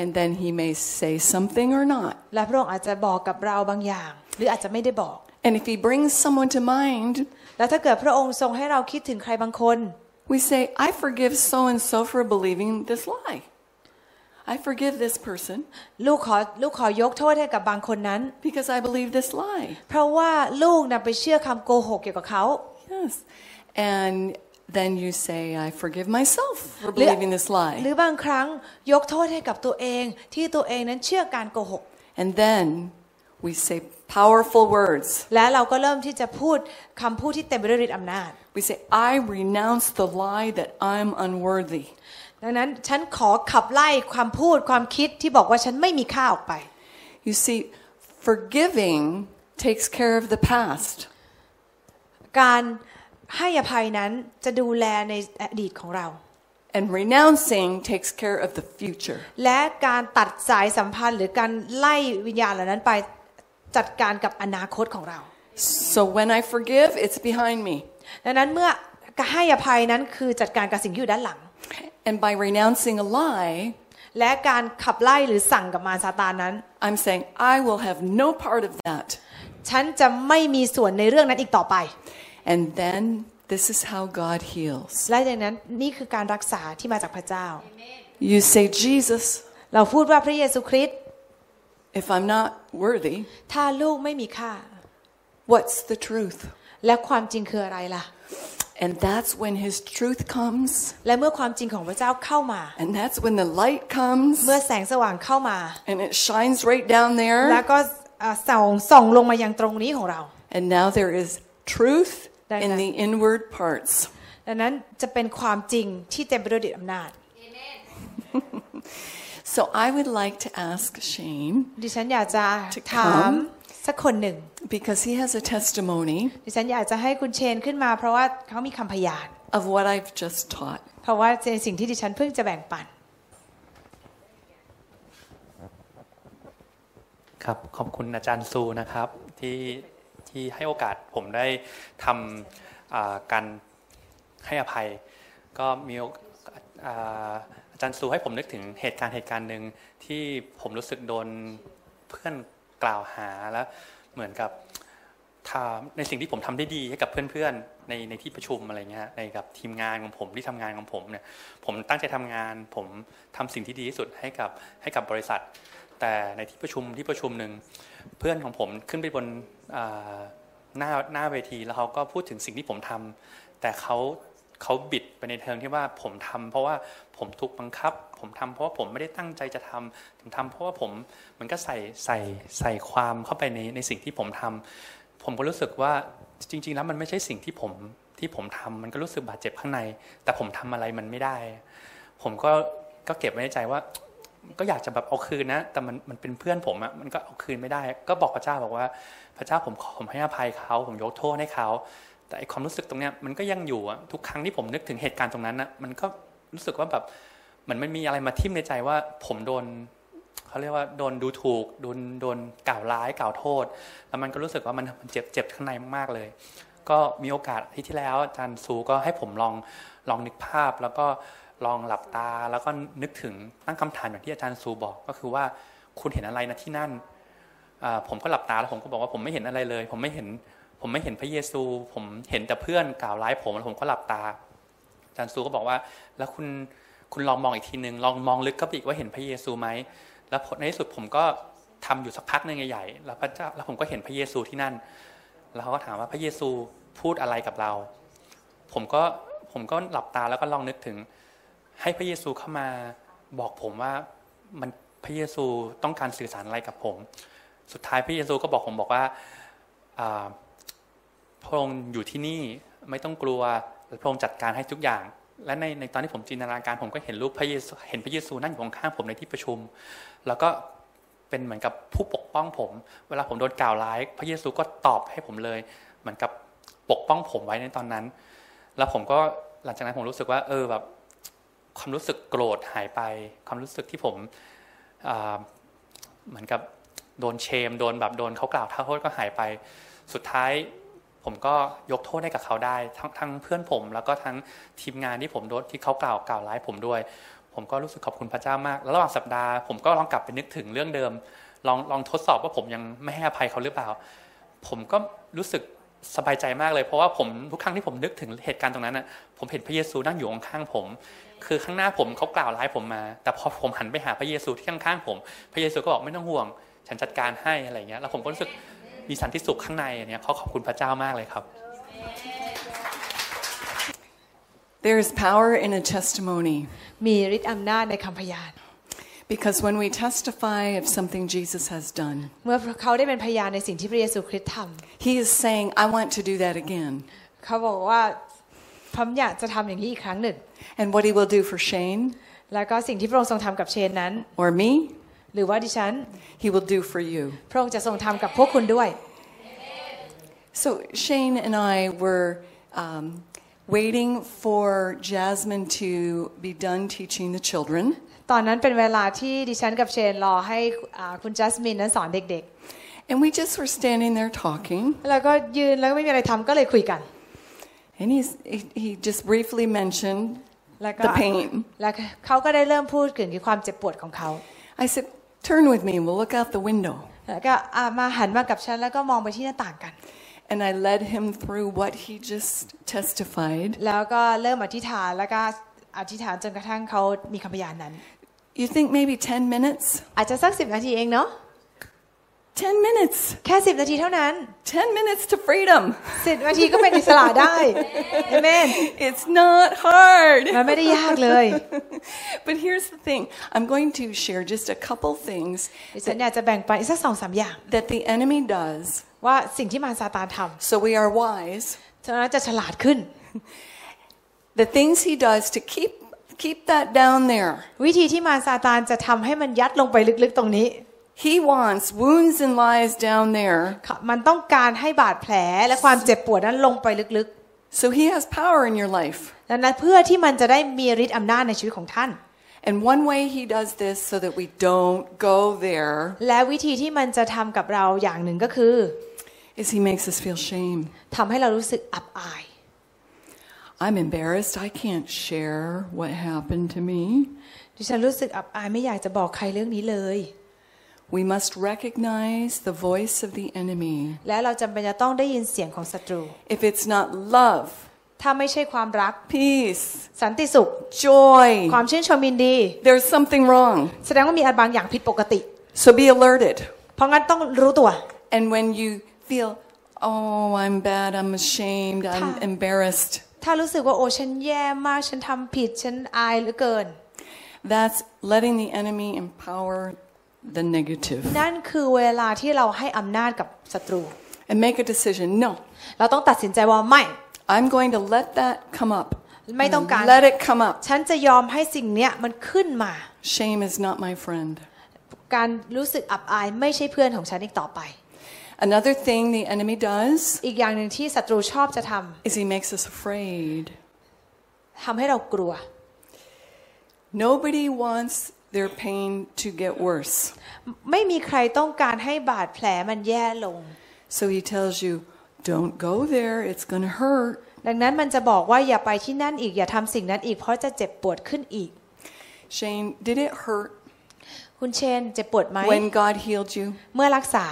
And then he may say something or not.
และพระองค์อาจจะบอกกับเราบางอย่าง หรืออาจจะไม่ได้บอก
And if he brings someone to mind,
แล้วถ้าเกิดพระองค์ทรงให้เราคิดถึงใครบางคน
we say, I forgive so and so for believing this lie. I forgive this person
ลูกขอลูกขอยกโทษให้กับบางคนนั้น
because I believe this lie.
เพราะว่าลูกนะไปเชื่อคำโกหกเกี่ยวกับเขา
Yes. And then you say, I forgive myself for
หรือ
believing this
หรื
lie.
อบางครั้งยกโทษให้กับตัวเองที่ตัวเองนั้นเชื่อการโกหก
And then we say powerful words.
และเราก็เริ่มที่จะพูดคำพูดที่เต็มไปด้วยฤทธิ์อำนาจ
We say, I renounce the lie that I'm unworthy.
ดังนั้นฉันขอขับไล่ความพูดความคิดที่บอกว่าฉันไม่มีค่าออกไป
You see, forgiving takes care of the past,
การให้อภัยนั้นจะดูแลในอดีตของเรา
and renouncing takes care of the future.
และการตัดสายสัมพันธ์ หรือการไล่วิญญาณเหล่านั้นไปจัดการกับอนาคตของเรา
So when I forgive, it's behind me.
ดังนั้นเมื่อให้อภัยนั้นคือจัดการกับสิ่งที่อยู่ด้านหลัง
And by renouncing a lie,
และการขับไล่หรือสั่งกับมารซาตานนั้น
I'm saying, I will have no part of that.
ฉันจะไม่มีส่วนในเรื่องนั้นอีกต่อไป
And then this is how God heals.
และดังนั้นนี่คือการรักษาที่มาจากพระเจ้า
You say, Jesus,
เราพูดว่าพระเยซูคริสต์
if I'm not worthy,
ถ้าลูกไม่มีค่า
what's the truth?
และความจริงคืออะไรล่ะ
And that's when his truth comes,
และเมื่อความจริงของพระเจ้าเข้ามา
and that's when the light comes,
เมื่อแสงสว่างเข้ามา
and it shines right down there.
แล้วก็อ่าส่องส่องลงมายังตรงนี้ของเรา
And now there is truth
Like
in
that.
the inward parts.
ดังนั้นจะเป็นความจริงที่เต็มไปด้วยฤทธิอำนาจ
So I would like to ask Shane,
ดิฉันอยากจะถาม
come
สักคนหนึ่ง
because he has a testimony
ดิฉันอยากจะให้คุณเชนขึ้นมา เพราะว่าเขามีคำพยาน
of what I've just taught.
เพราะว่าในสิ่งที่ดิฉันเพิ่งจะแบ่งปัน
ครับขอบคุณอาจารย์ซูนะครับที่ที่ให้โอกาสผมได้ทำอ่าการให้อภัย ก็มีโอกอ่าอาจารย์ซูให้ผมนึกถึงเหตุการณ์เหตุการณ์หนึ่งที่ผมรู้สึกโดนเพื่อนกล่าวหาแล้วเหมือนกับทำในสิ่งที่ผมทำได้ดีให้กับเพื่อนๆในในที่ประชุมอะไรเงี้ยในกับทีมงานของผมที่ทำงานของผมเนี่ยผมตั้งใจทำงาน ผมทำสิ่งที่ดีที่สุดให้กับให้กับบริษัท แต่ในที่ประชุมที่ประชุมหนึ่งเพื่อนของผมขึ้นไปบนอ่า หน้าหน้าเวทีแล้วเขาก็พูดถึงสิ่งที่ผมทำแต่เขาเขาบิดไปในเทิงที่ว่าผมทำเพราะว่าผมถูกบังคับ ผมทำเพราะว่าผมไม่ได้ตั้งใจจะทำผมทำเพราะว่าผมมันก็ใส่ใส่ใส่ความเข้าไปในในสิ่งที่ผมทำผมก็รู้สึกว่าจริง ๆ แล้วมันไม่ใช่สิ่งที่ผมที่ผมทำมันก็รู้สึกบาดเจ็บข้างใน แต่ผมทำอะไรมันไม่ได้ ผมก็ก็เก็บไว้ในใจว่า ก็อยากจะแบบเอาคืนนะ แต่มันมันเป็นเพื่อนผมอะมันก็เอาคืนไม่ได้ ก็บอกพระเจ้าบอกว่า พระเจ้าผมขอผมให้อภัยเขา ผมยกโทษให้เขา แต่ไอความรู้สึกตรงเนี้ยมันก็ยังอยู่อะทุกครั้งที่ผมนึกถึงเหตุการณ์ตรงนั้นอะมันก็รู้สึกว่าแบบเหมือนมันมีอะไรมาทิ่มในใจว่า ผมโดนเขาเรียกว่าโดนดูถูกโดนโดนกล่าวร้ายกล่าวโทษ แล้วมันก็รู้สึกว่ามันมันเจ็บเจ็บข้างในมากๆเลย ก็มีโอกาสอาที่ที่แล้วอาจารย์ซูก็ให้ผมลองลองนึกภาพแล้วก็ลองหลับตาแล้วก็นึกถึงตั้งคำถามอย่างที่อาจารย์ซูบอกก็คือว่าคุณเห็นอะไรนะที่นั่นอ่าผมก็หลับตาแล้วผมก็บอกว่าผมไม่เห็นอะไรเลย ผมไม่เห็นผมไม่เห็นพระเยซู ผมเห็นแต่เพื่อนกล่าวร้ายผมแล้วผมก็หลับตาอาจารย์ซูก็บอกว่า แล้วคุณคุณลองมองอีกทีหนึ่งลองมองลึกเข้าไปอีกว่าเห็นพระเยซูไหมแล้วผลในที่สุดผมก็ทำอยู่สักพักหนึ่งใหญ่ๆแล้วพระเจ้าแล้วผมก็เห็นพระเยซูที่นั่น แล้วเขาก็ถามว่าพระเยซูพูดอะไรกับเรา ผมก็ผมก็หลับตาแล้วก็ลองนึกถึง ให้พระเยซูเข้ามาบอกผมว่ามันพระเยซูต้องการสื่อสารอะไรกับผม สุดท้ายพระเยซูก็บอกผมบอกว่าอ่าพระองค์อยู่ที่นี่ไม่ต้องกลัวและพระองค์จัดการให้ทุกอย่าง และในในตอนที่ผมจินตนาการผมก็เห็นรูปพระเยซูเห็นพระเยซูนั่งอยู่ข้างๆผมในที่ประชุม แล้วก็เป็นเหมือนกับผู้ปกป้องผม เวลาผมโดนกล่าวร้าย พระเยซูก็ตอบให้ผมเลย เหมือนกับปกป้องผมไว้ในตอนนั้น แล้วผมก็หลังจากนั้นผมรู้สึกว่า เออแบบ ความรู้สึกโกรธหายไป ความรู้สึกที่ผมอ่าเหมือนกับโดนเชม โดนแบบโดนเขากล่าวท้าโทษก็หายไป สุดท้ายผมก็ยกโทษให้กับเขาได้ ทั้งทั้งเพื่อนผม แล้วก็ทั้งทีมงานที่ผมโดนที่เขากล่าวกล่าวร้ายผมด้วย ผมก็รู้สึกขอบคุณพระเจ้ามาก แล้วระหว่างสัปดาห์ผมก็ลองกลับไปนึกถึงเรื่องเดิม ลองลองทดสอบว่าผมยังไม่ให้อภัยเขาหรือเปล่า ผมก็รู้สึกสบายใจมากเลยเพราะว่าผมทุกครั้งที่ผมนึกถึงเหตุการณ์ตรงนั้นน่ะผมเห็นพระเยซูนั่งอยู่ข้างๆผม คือข้างหน้าผมเขากล่าวร้ายผมมา แต่พอผมหันไปหาพระเยซูที่ข้างๆผม พระเยซูก็บอกไม่ต้องห่วง ฉันจัดการให้อะไรเงี้ยแล้วผมก็รู้สึกมีสันติสุขข้างในอันเนี้ยเขาขอบคุณพระเจ้ามากเลยครับ
There is power in a testimony
มีฤทธิ์อำนาจในคำพยาน
because when we testify of something Jesus has done,
เมื่อเขาได้เป็นพยานในสิ่งที่พระเยซูคริสต์ท
He is saying, I want to do that again.
ำเขาบอกว่าผมอยากจะทำอย่างนี้อีกครั้งหนึ่ง
And what He will do for Shane
แล้วก็สิ่งที่พระองค์ทรงทำกับเชนนั้น
or me,
หรือว่าดิฉัน
He will do for you.
พระองค์จะทรงทำกับพวกคุณด้วย
So Shane and I were um, waiting for Jasmine to be done teaching the children,
ตอนนั้นเป็นเวลาที่ดิฉันกับเชนรอให้อ่าคุณจัสมินนั้นสอนเด็ก
and we just were standing there talking.
ๆ แล้วก็ยืนแล้วก็ไม่มีอะไรทำก็เลยคุยกัน
And he's, he, he just briefly mentioned
แล้วก็
the pain.
แล้วเขาก็ได้เริ่มพูดถึงความเจ็บปวดของเขา
I said, "Turn with me. We'll look out the window."
แล้วก็อ่ามาหันมากับฉันแล้วก็มองไปที่หน้าต่างกัน
And I led him through what he just testified.
แล้วก็เริ่มอธิษฐานแล้วก็อธิษฐานจนกระทั่งเขามีคำพยานนั้น
You think maybe 10 minutes?
อาจจะสักสิบนาทีเองเนาะ
10 minutes.
แค่สิบนาทีเท่านั้น
10 minutes to freedom.
สิบนาทีก็เป็นอิสระได้เอเมน
It's not hard.
มันไม่ได้ยากเลย
But here's the thing. I'm going to share just a couple things
ดิฉันอยากจะแบ่งปันอีกสักสองสามอย่าง
that the enemy does
ว่าสิ่งที่มารซาตานท
so we are wise.
ำฉะนั้นจะฉลาดขึ้น
The things he does to keep keep that down there.
วิธีที่มารซาตานจะทำให้มันยัดลงไปลึกๆตรงนี้
He wants wounds and lies down there.
มันต้องการให้บาดแผลและความเจ็บปวดนั้นลงไปลึก
So he has power in your life.
ๆดังนั้นเพื่อที่มันจะได้มีฤทธิ์อำนาจในชีวิตของท่าน
And one way he does this so that we don't go there
และวิธีที่มันจะทำกับเราอย่างหนึ่งก็คือ
is he makes us feel shame.
ทำให้เรารู้สึกอับอาย
I'm embarrassed. I can't share what happened to me.
ดิฉันรู้สึกอับอายไม่อยากจะบอกใครเรื่องนี้เลย
We must recognize the voice of the enemy.
และเราจำเป็นจะต้องได้ยินเสียงของศัตรู
If it's not love,
ถ้าไม่ใช่ความรัก
peace,
สันติสุข
joy,
ความชื่นชมยินดี
there's something wrong.
แสดงว่ามีอะไรบางอย่างผิดปกติ
So be alerted.
เพราะงั้นต้องรู้ตัว
And when you feel, oh, I'm bad, I'm ashamed, I'm
Ta-
embarrassed,
ถ้ารู้สึกว่าโอ้ฉันแย่มากฉันทำผิดฉันอายเหลือเกิน
that's letting the enemy empower the negative
นั่นคือเวลาที่เราให้อำนาจกับศัตรู
and make a decision. No,
เราต้องตัดสินใจว่าไม่
I'm going to let that come up.
ไม่ต้องการ
Let it come up.
ฉันจะยอมให้สิ่งเนี้ยมันขึ้นมา
Shame is not my friend.
การรู้สึกอับอายไม่ใช่เพื่อนของฉันอีกต่อไป
Another thing the enemy does
อีกอย่างหนึ่งที่ศัตรูชอบจะท
is he makes us afraid.
ำทำให้เรากลัว
Nobody wants their pain to get worse.
ไม่มีใครต้องการให้บาดแผลมันแย่ลง
So he tells you, don't go there, it's going to hurt.
ดังนั้นมันจะบอกว่าอย่าไปที่นั่นอีกอย่าทำสิ่งนั้นอีกเพราะจะเจ็บปวดขึ้นอีก
Shane, did it hurt
คุณเชนเจ็บปวดไหม
when God healed you?
เมื่อรักษา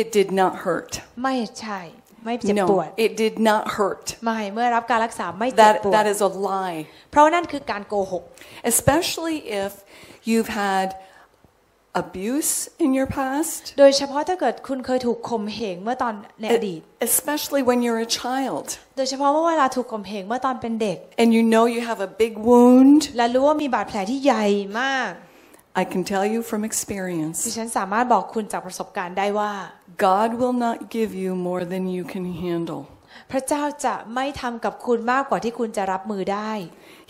It did not hurt.
ไม่ใช่ ไม่เจ็บปวด
No, it did not hurt.
ไม่เมื่อรับการรักษาไม่เจ็บ
That,
ปวด
that is a lie.
เพราะว่านั่นคือการโกหก
Especially if you've had abuse in your past,
โดยเฉพาะถ้าเกิดคุณเคยถูกข่มเหงเมื่อตอนในอดีต
especially when you're a child
โดยเฉพาะเมื่อเวลาถูกข่มเหงเมื่อตอนเป็นเด็ก
and you know you have a big wound.
และรู้ว่ามีบาดแผลที่ใหญ่มาก
I can tell you from
ดิ
experience
ฉันสามารถบอกคุณจากประสบการณ์ได้ว่า
God will not give you more than you can handle.
พระเจ้าจะไม่ทำกับคุณมากกว่าที่คุณจะรับมือได้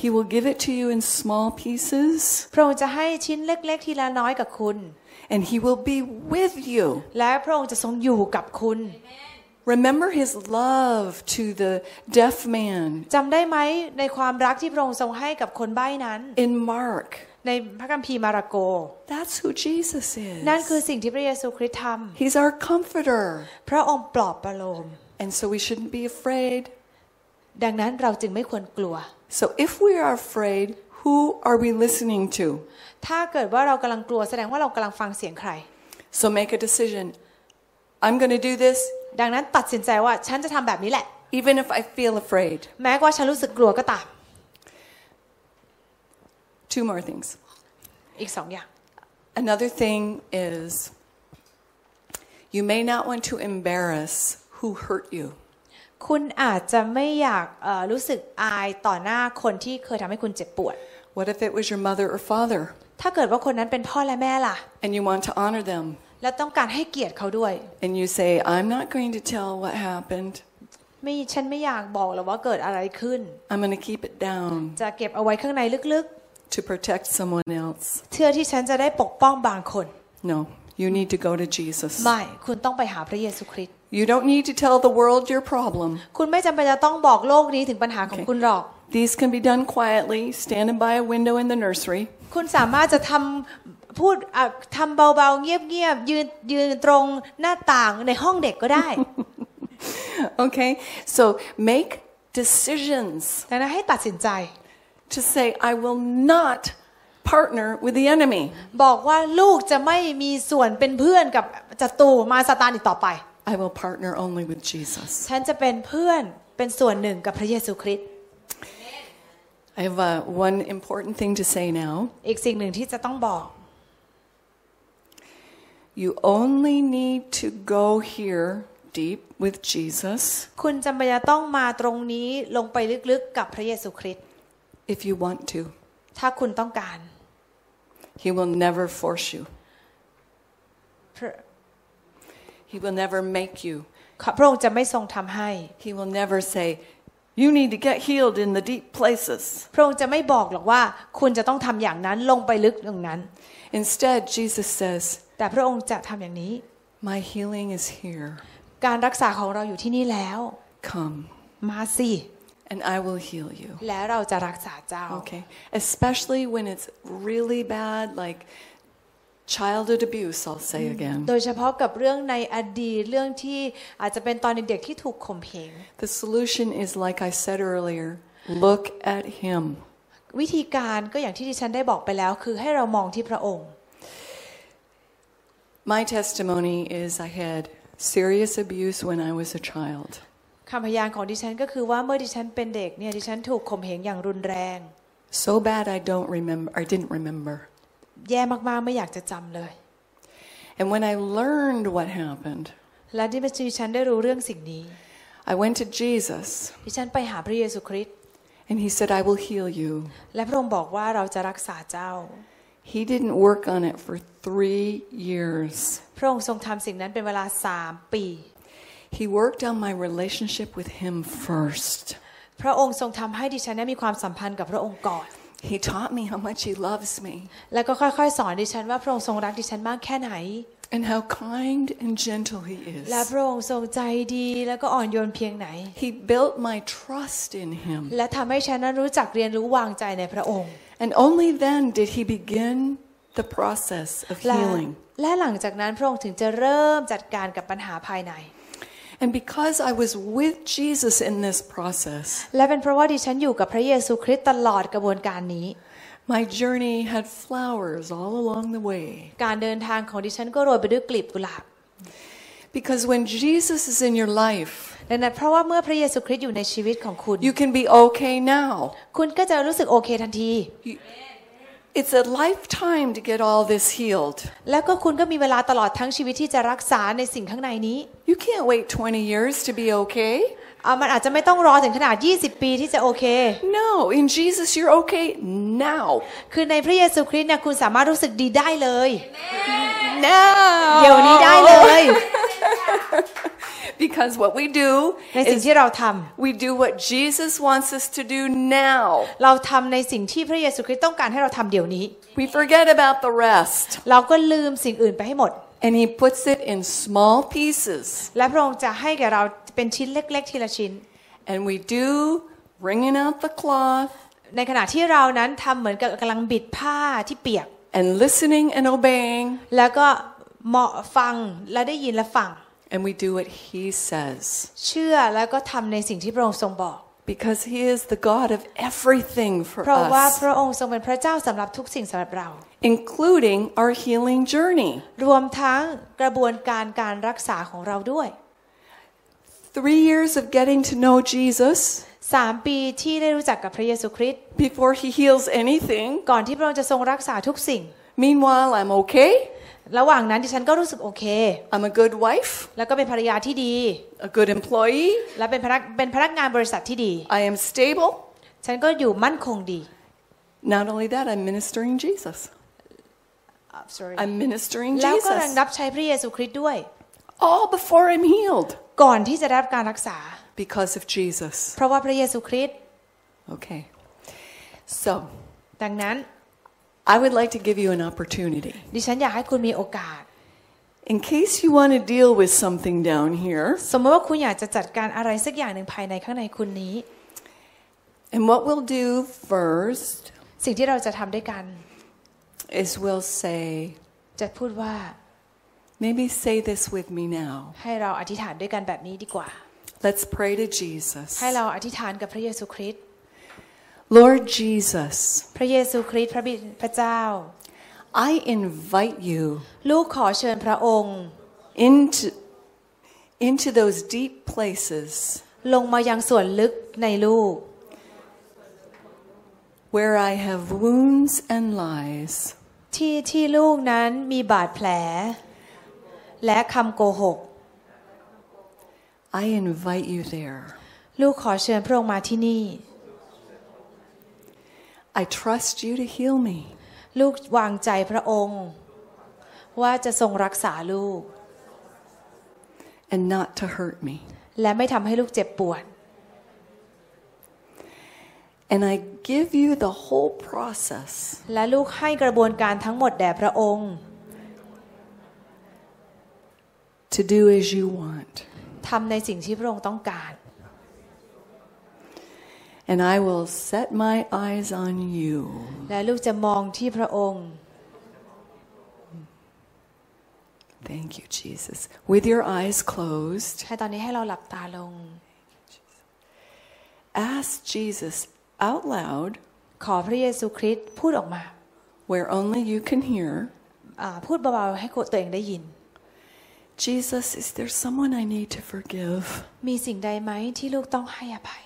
He will give it to you in small pieces
พระองค์จะให้ชิ้นเล็ก ๆ ทีละน้อยกับคุณ
and He will be with you.
และพระองค์จะทรงอยู่กับคุณ
Remember His love to the deaf man
จำได้ไหมในความรักที่พระองค์ทรงให้กับคนใบ้นั้น
in Mark.
ในพระคัมภีร์มาระโก
That's who Jesus
นั่นคือ
is.
สิ่งที่พระเยซูคริสต์ท
He's our comforter.
ำพระองค์ปลอบประโลม
And so we shouldn't be afraid.
ดังนั้นเราจึงไม่ควรกลัว
So if we are afraid, who are we listening to?
ถ้าเกิดว่าเรากำลังกลัวแสดงว่าเรากำลังฟังเสียงใคร
So make a decision. I'm going to do this
ดังนั้นตัดสินใจว่าฉันจะทำแบบนี้แหละ
even if I feel afraid.
แม้ว่าฉันรู้สึกกลัวก็ตาม
Two more things.
อีกสองอย่าง
Another thing is you may not want to embarrass who hurt you.
คุณอาจจะไม่อยากเอ่อรู้สึกอายต่อหน้าคนที่เคยทำให้คุณเจ็บปวด
What if it was your mother or father
ถ้าเกิดว่าคนนั้นเป็นพ่อและแม่ล่ะ
and you want to honor them
และต้องการให้เกียรติเขาด้วย
and you say, I'm not going to tell what happened,
ไม่ฉันไม่อยากบอกหรอกว่าเกิดอะไรขึ้น
I'm going to keep it down
จะเก็บเอาไว้ข้างในลึก
to protect someone else?
ๆเพื่อที่ฉันจะได้ปกป้องบางคน
No, you need to go to Jesus.
ไม่คุณต้องไปหาพระเยซูคริสต์
You don't need to tell the world your problem.
คุณไม่จำเป็นจะต้องบอกโลกนี้ถึงปัญหาของคุณหรอก
These can be done quietly, standing by a window in the nursery.
คุณสามารถจะทำพูดอ่ะทำเบาๆ เงียบๆยืนยืนตรงหน้าต่างในห้องเด็กก็ได้
Okay? So make decisions
ดังนั้นให้ตัดสินใจ
to say, I will not partner with the enemy.
บอกว่าลูกจะไม่มีส่วนเป็นเพื่อนกับจัตรูมารซาตานอีกต่อไป
I will partner only with Jesus.
ฉันจะเป็นเพื่อนเป็นส่วนหนึ่งกับพระเยซูคริสต์
I have uh, one important thing to say now.
อีกสิ่งหนึ่งที่จะต้องบอก
You only need to go here deep with Jesus
คุณจำเป็นจะต้องมาตรงนี้ลงไปลึกๆกับพระเยซูคริสต์
if you want to.
ถ้าคุณต้องการ
He will never force you,
พระ
He will never make you.
พระองค์จะไม่ทรงทำให้
He will never say, You need to get healed in the deep places.
พระองค์จะไม่บอกหรอกว่าคุณจะต้องทำอย่างนั้นลงไปลึกตรงนั้น
Instead, Jesus says,
แต่พระองค์จะทำอย่างนี้
My healing is here.
การรักษาของเราอยู่ที่นี่แล้ว
Come,
มาสิ
and I will heal you.
และเราจะรักษาเจ้า
Okay. Especially when it's really bad, like childhood abuse, I'll say again.
โดยเฉพาะกับเรื่องในอดีตเรื่องที่อาจจะเป็นตอนเด็กๆที่ถูกข่มเหง
The solution is, like I said earlier, look at Him.
วิธีการก็อย่างที่ดิฉันได้บอกไปแล้ว คือให้เรามองที่พระองค์
My testimony is I had serious abuse when I was a child.
คำพยานของดิฉันก็คือว่าเมื่อดิฉันเป็นเด็กเนี่ยดิฉันถูกข่มเหงอย่างรุนแรง
So bad I don't remember, I didn't remember.
แย่มากๆไม่อยากจะจำเลย
And when I learned what happened,
และที่ดิฉันได้รู้เรื่องสิ่งนี้
I went to Jesus
ดิฉันไปหาพระเยซูคริสต์
and he said, I will heal you.
และพระองค์บอกว่าเราจะรักษาเจ้า
He didn't work on it for three years.
พระองค์ทรงทำสิ่งนั้นเป็นเวลาสามปี
He worked on my relationship with him first.
พระองค์ทรงทำให้ดิฉันได้มีความสัมพันธ์กับพระองค์ก่อน
He taught me how much he loves me
แล้วก็ค่อยๆ สอนดิฉันว่าพระองค์ทรงรักดิฉันมากแค่ไหน
and how kind and gentle he
และพ
is.
ระองค์ทรงใจดีแล้วก็อ่อนโยนเพียงไหน
He built my trust in him.
และทำให้ฉันนั้นรู้จักเรียนรู้วางใจในพระองค์
And only then did he begin the process of
และ
healing.
และหลังจากนั้นพระองค์ถึงจะเริ่มจัดการกับปัญหาภายใน
And because I was with Jesus in this process,
และเป็นเพราะว่าดิฉันอยู่กับพระเยซูคริสต์ตลอดกระบวนการนี้
my journey had flowers all along the way.
การเดินทางของดิฉันก็โรยไปด้วยกลีบกุหลาบ
Because when Jesus is in your life,
ดังนั้นเพราะว่าเมื่อพระเยซูคริสต์อยู่ในชีวิตของคุณ
you can be okay now.
คุณก็จะรู้สึกโอเคทันที
It's a lifetime to get all this healed.
แล้วก็คุณก็มีเวลาตลอดทั้งชีวิตที่จะรักษาในสิ่งข้างในนี้
You can't wait 20 years to be okay.
อ่ะมันอาจจะไม่ต้องรอถึงขนาด 20 ปีที่จะโอเค
No, in Jesus, you're okay now.
คือในพระเยซูคริสต์เนี่ยคุณสามารถรู้สึกดีได้เลย
Now.
เดี๋ยวนี้ได้เลย
Because what we do
ในสิ่ง
is
ที่เราทำ
we do what Jesus wants us to do now.
เราทำในสิ่งที่พระเยซูคริสต์ต้องการให้เราทำเดี๋ยวนี้
We forget about the rest.
เราก็ลืมสิ่งอื่นไปให้หมด
And He puts it in small pieces.
และพระองค์จะให้แก่เราเป็นชิ้นเล็ก ๆ ทีละชิ้น
And we do, wringing out the cloth
ในขณะที่เรานั้นทำเหมือนกับกำลังบิดผ้าที่เปียก
and listening and obeying.
แล้วก็เหมาะฟังและได้ยินและฟัง
And we do what He says.
เชื่อแล้วก็ทำในสิ่งที่พระองค์ทรงบอก
Because he is the God of everything for
เพราะว่า
us,
พระองค์ทรงเป็นพระเจ้าสำหรับทุกสิ่งสำหรับเรา
including our healing journey.
รวมทั้งกระบวนการการรักษาของเราด้วย
Three years of getting to know Jesus
สามปีที่ได้รู้จักกับพระเยซูคริสต์
before he heals anything.
ก่อนที่พระองค์จะทรงรักษาทุกสิ่ง
Meanwhile, I'm okay.
ระหว่างนั้นดิฉันก็รู้สึกโอเค
I'm a good wife,
แล้วก็เป็นภรรยาที่ดี
a good employee.
และเป็นพนักเป็นพนักงานบริษัทที่ดี
I am stable.
ฉันก็อยู่มั่นคงดี
Not only that, I'm ministering Jesus.
Oh, sorry
I'm ministering
แล้วก็ยัง
Jesus.
รับใช้พระเยซูคริสต์ด้วย
All before I'm healed
ก่อนที่จะได้รับการรักษา
because of Jesus.
เพราะว่าพระเยซูคริสต์
Okay. So,
ดังนั้น
I would like to give you an opportunity.
ดิฉันอยากให้คุณมีโอกาส
In case you want to deal with something down here,
สมมติว่าคุณอยากจะจัดการอะไรสักอย่างหนึ่งภายในข้างในคุณนี้
And what we'll do first
สิ่งที่เราจะทำด้วยกัน
is we'll say,
จะพูดว่า
maybe say this with me now.
ให้เราอธิษฐานด้วยกันแบบนี้ดีกว่า
Let's pray to Jesus.
ให้เราอธิษฐานกับพระเยซูคริสต์
Lord Jesus,
พระเยซูคริสต์พระบิดพระเจ้า
I invite you
ลูกขอเชิญพระองค์
into, into those deep places
ลงมายังส่วนลึกในลูก
where I have wounds and lies.
ที่ที่ลูกนั้นมีบาดแผล และคำโกหก
I invite you there.
ลูกขอเชิญพระองค์มาที่นี่
I trust you to heal me.
ลูกวางใจพระองค์ ว่าจะทรงรักษาลูก
And not to hurt me.
และไม่ทำให้ลูกเจ็บปวด
And I give you the whole process
และลูกให้กระบวนการทั้งหมดแด่พระองค์
to do as you want.
ทำในสิ่งที่พระองค์ต้องการ
And I will set my eyes on you
และลูกจะมองที่พระองค์
Thank you, Jesus. With your eyes closed,
ให้ตอนนี้ให้เราหลับตาลง
ask Jesus out loud,
ขอพระเยซูคริสต์พูดออกมา
where only you can hear
อ่าพูดเบาๆให้ตัวเองได้ยิน
Jesus, is there someone I need to forgive?
มีสิ่งใดไหมที่ลูกต้องให้อภัย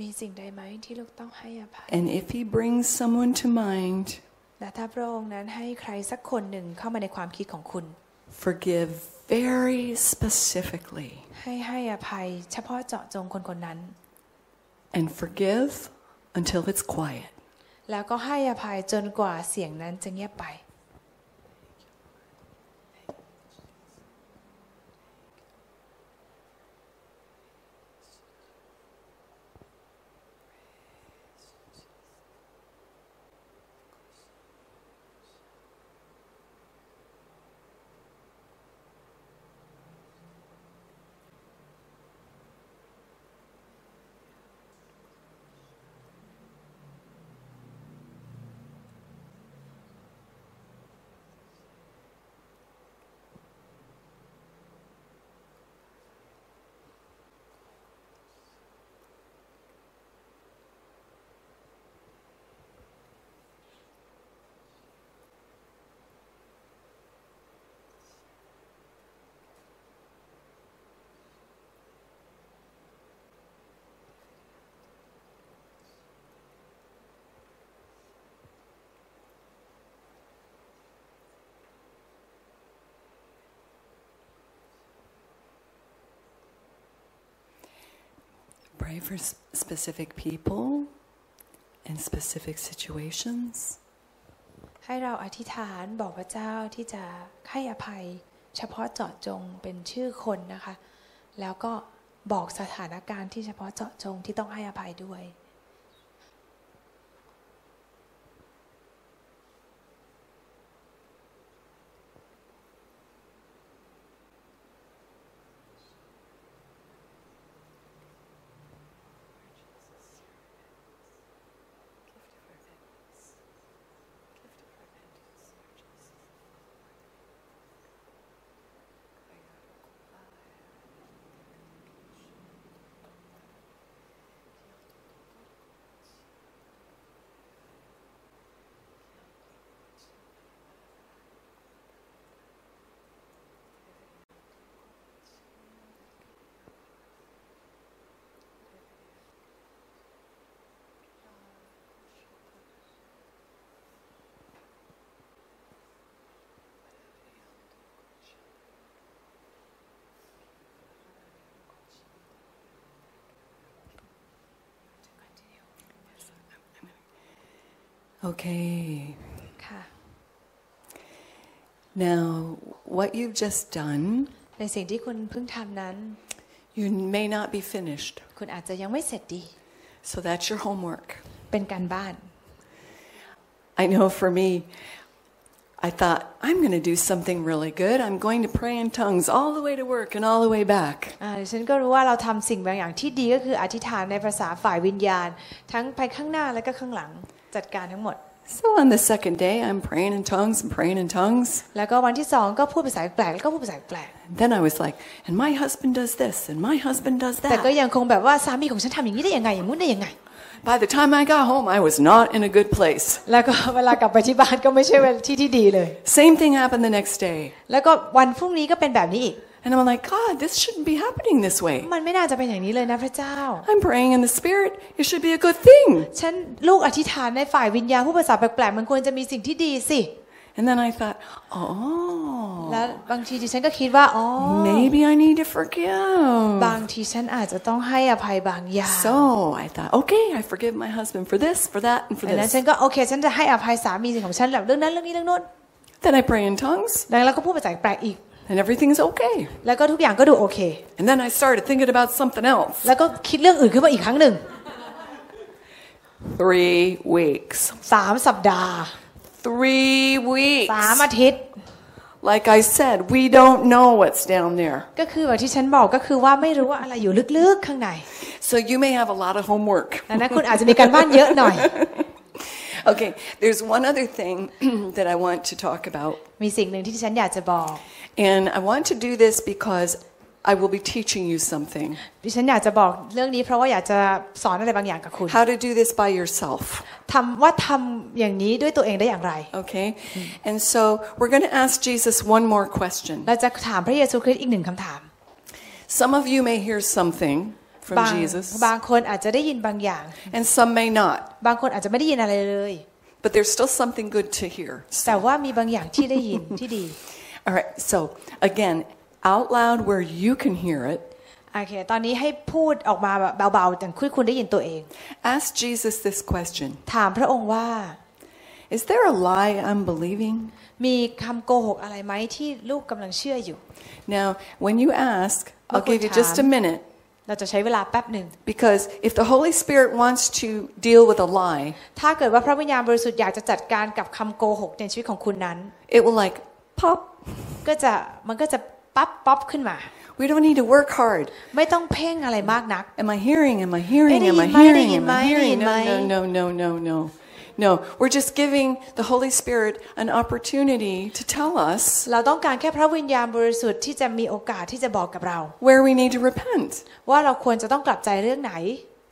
มีสิ่งใดไหมที่ลูกต้องให้อภัย
And if he brings someone to mind,
และถ้าพระองค์นั้นให้ใครสักคนหนึ่งเข้ามาในความคิดของคุณ
Forgive very specifically
ให้ให้อภัยเฉพาะเจาะจงคนคนนั้น
and forgive until it's quiet.
แล้วก็ให้อภัยจนกว่าเสียงนั้นจะเงียบไป
Pray for s- specific people and specific situations.
ให้เราอธิษฐานบอกพระเจ้าที่จะให้อภัย เฉพาะเจาะจงเป็นชื่อคนนะคะ แล้วก็บอกสถานการณ์ที่เฉพาะเจาะจงที่ต้องให้อภัยด้วย
Okay,
ค่ะ
now what you've just done,
ในสิ่งที่คุณเพิ่งทำนั้น
you may not be finished.
คุณอาจจะยังไม่เสร็จดี
So that's your homework.
เป็นการบ้าน
I know for me, I thought, I'm going to do something really good. I'm going to pray in tongues all the way to work and all the way back.
อ่าดิฉันก็รู้ว่าเราทำสิ่งบางอย่างที่ดีก็คืออธิษฐานในภาษาฝ่ายวิญญาณ ทั้งไปข้างหน้าและก็ข้างหลังจัดการทั้งหมด
So on the second day, I'm praying in tongues and praying in tongues.
แล้วก็วันที่สองก็พูดภาษาแปลกแล้วก็พูดภาษาแปลก
And then I was like, and my husband does this, and my husband does
แต่ก็
that.
ยังคงแบบว่าสามีของฉันทำอย่างนี้ได้ยังไงอย่างงู้นได้ยังไง
By the time I got home, I was not in a good place.
แล้วก็ เวลากลับไปที่บ้านก็ไม่ใช่เวลาที่ที่ดีเลย
Same thing happened the next day.
แล้วก็วันพรุ่งนี้ก็เป็นแบบนี้อีก
And I'm like, God, this shouldn't be happening this way.
มันไม่น่าจะเป็นอย่างนี้เลยนะพระเจ้า
I'm praying in the spirit. It should be a good thing.
ฉันลูกอธิษฐานในฝ่ายวิญญาณผู้ภาษาแปลกๆมันควรจะมีสิ่งที่ดีสิ
And then I thought, oh,
แล้วบางทีดิฉันก็คิดว่าอ๋อ
maybe I need to forgive.
บางทีฉันอาจจะต้องให้อภัยบางอย่าง
So I thought, okay, I forgive my husband for this, for that, and for
ดังนั้น
this.
ฉันก็โอเค ฉันจะให้อภัยสามีสิ่งของฉันแบบเรื่องนั้นเรื่องนี้เรื่องโน้น
Then I pray in tongues,
ดังนั้นเราก็พูดภาษาแปลกอีก
and everything's okay.
แล้วก็ทุกอย่างก็ดูโอเค
And then I started thinking about something else.
แล้วก็คิดเรื่องอื่นขึ้นมาอีกครั้งหนึ่ง
Three weeks.
สามสัปดาห์
Three weeks.
สามอาทิตย์
Like I said, we don't know what's down there.
ก็คือแบบที่ฉันบอกก็คือว่าไม่รู้ว่าอะไรอยู่ลึกๆข้างใน
So you may have a lot of homework.
ดังนั้นคุณอาจจะมีการบ้านเยอะหน่อย
Okay, there's one other thing that I want to talk about.
มีสิ่งหนึ่งที่ดิฉันอยากจะบอก
And I want to do this because I will be teaching you something.
ดิฉันอยากจะบอกเรื่องนี้เพราะว่าอยากจะสอนอะไรบางอย่างกับคุณ
How to do this by yourself.
ทำว่าทำอย่างนี้ด้วยตัวเองได้อย่างไร
Okay? And so we're going to ask Jesus one more question.
เราจะถามพระเยซูคริสต์อีกหนึ่งคำถาม
Some of you may hear something
บา
from
ง
Jesus,
บางคนอาจจะได้ยินบางอย่าง
and some may not.
บางคนอาจจะไม่ได้ยินอะไรเลย
but there's still something good to hear.
แต่ว่ามีบางอย่างที่ได้ยิน ที่ดี
All right, so again, out loud where you can hear it.
โอเค ตอนนี้ให้พูดออกมาแบบเบาๆแต่คุยคุณได้ยินตัวเอง
Ask Jesus this question
ถามพระองค์ว่า
Is there a lie I'm believing?
มีคำโกหกอะไรไหมที่ลูกกำลังเชื่ออยู่
Now, when you ask, I'll
Look what
give you just a
time.
minute
เราจะใช้เวลาแป๊บหนึ่ง
because if the Holy Spirit wants to deal with a lie,
ถ้าเกิดว่าพระวิญญาณบริสุทธิ์อยากจะจัดการกับคำโกหกในชีวิตของคุณนั้น
it will like pop.
ก็จะมันก็จะปั๊บป๊อปขึ้นมา
We don't need to work hard.
ไม่ต้องเพ่งอะไรมากนัก
Am I hearing? Am I hearing? Am I
Eddie, Mike,
hearing? Am I
Eddie,
hearing? No,
Mike.
no, no, no, no, no. No, we're just giving the Holy Spirit an opportunity to tell us
เราต้องการแค่พระวิญญาณบริสุทธิ์ที่จะมีโอกาสที่จะบอกกับเรา
where we need to repent.
ว่าเราควรจะต้องกลับใจเรื่องไหน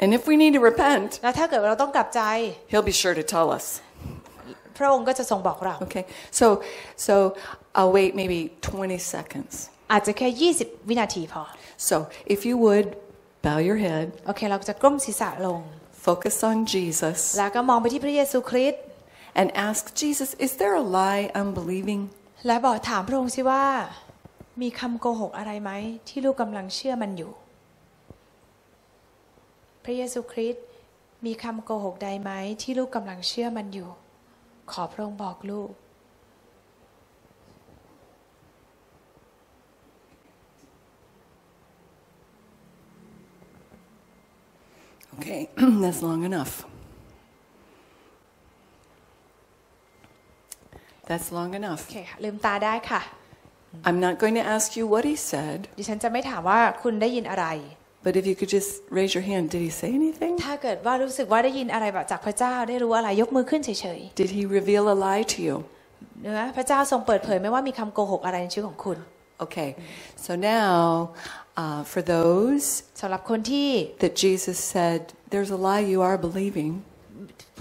And if we need to repent,
แล้วถ้าเกิดว่าเราต้องกลับใจ
He'll be sure to tell us.
พระองค์ก็จะทรงบอกเรา
Okay. So, so I'll wait maybe 20 seconds.
อาจจะแค่ 20 วินาทีพอ
So, if you would bow your head,
โอเค เราจะก้มศีรษะลง
focus on Jesus
แล้วก็มองไปที่พระเยซูคริสต์
and ask Jesus, is there a lie I'm believing?
และบอกถามพระองค์สิว่า มีคำโกหกอะไรไหม ที่ลูกกำลังเชื่อมันอยู่ พระเยซูคริสต์มีคำโกหกใดไหม ที่ลูกกำลังเชื่อมันอยู่ ขอพระองค์บอกลูก
Okay, that's long enough. That's long
โอ
enough.
เคค่ะลืมตาได้ค่ะ
I'm not going to ask you what he said,
ดิฉันจะไม่ถามว่าคุณได้ยินอะไร
but if you could just raise your hand, did he say anything?
ถ้าเกิดว่ารู้สึกว่าได้ยินอะไรจากพระเจ้าได้รู้อะไรยกมือขึ้นเฉย
Did he reveal a lie to you?
ๆนะพระเจ้าทรงเปิดเผยไหม่ว่ามีคำโกหกอะไรในชีวิตของคุณ
Okay, so now uh, for those
สำหรับคนที่
that Jesus said, there's a lie you are believing,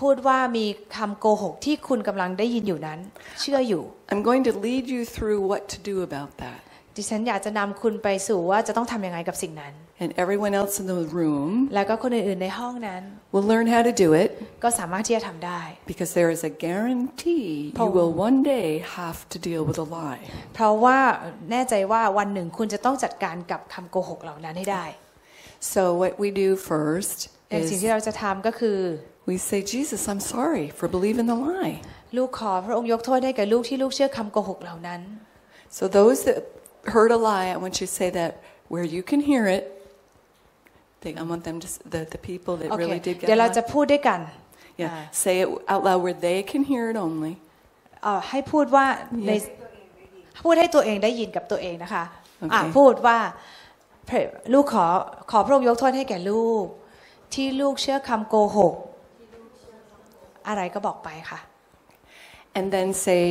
พูดว่ามีคำโกหกที่คุณกำลังได้ยินอยู่นั้น เชื่ออยู่
I'm going to lead you through what to do about that.
ดิฉันอยากจะนำคุณไปสู่ว่าจะต้องทำยังไงกับสิ่งนั้น
And everyone else in the room
แล้วก็คนอื่นๆในห้องนั้น
will learn how to do it
ก็สามารถที่จะทำได้
because there is a guarantee you
Paul.
will one day have to deal with a lie.
เพราะว่าแน่ใจว่าวันหนึ่งคุณจะต้องจัดการกับคำโกหกเหล่านั้นให้ได้
So, what we do first
แต่สิ่ง
is
ที่เราจะทำก็คือ
we say, Jesus, I'm sorry for believing the lie.
ลูกขอพระองค์ยกโทษให้แก่ลูกที่ลูกเชื่อคำโกหกเหล่านั้น
So, those that heard a lie, I want you to say that where you can hear it. They, I want them to, s- the, the people that
โอเค
really did get
เดี๋ยวเรา
a lie.
จะพูดด้วยกัน
Yeah,
อ่า
say it out loud where they can hear it only.
เอ่อให้พูดว่าในพูดให้ตัวเองได้ยินกับตัวเองนะคะ
โอเค
อ่ะพูดว่าพระลูกขอขอพระองค์ยกโทษให้แก่ลูก ที่ลูกเชื่อคำโกหก อะไรก็บอกไปค่ะ
And then say,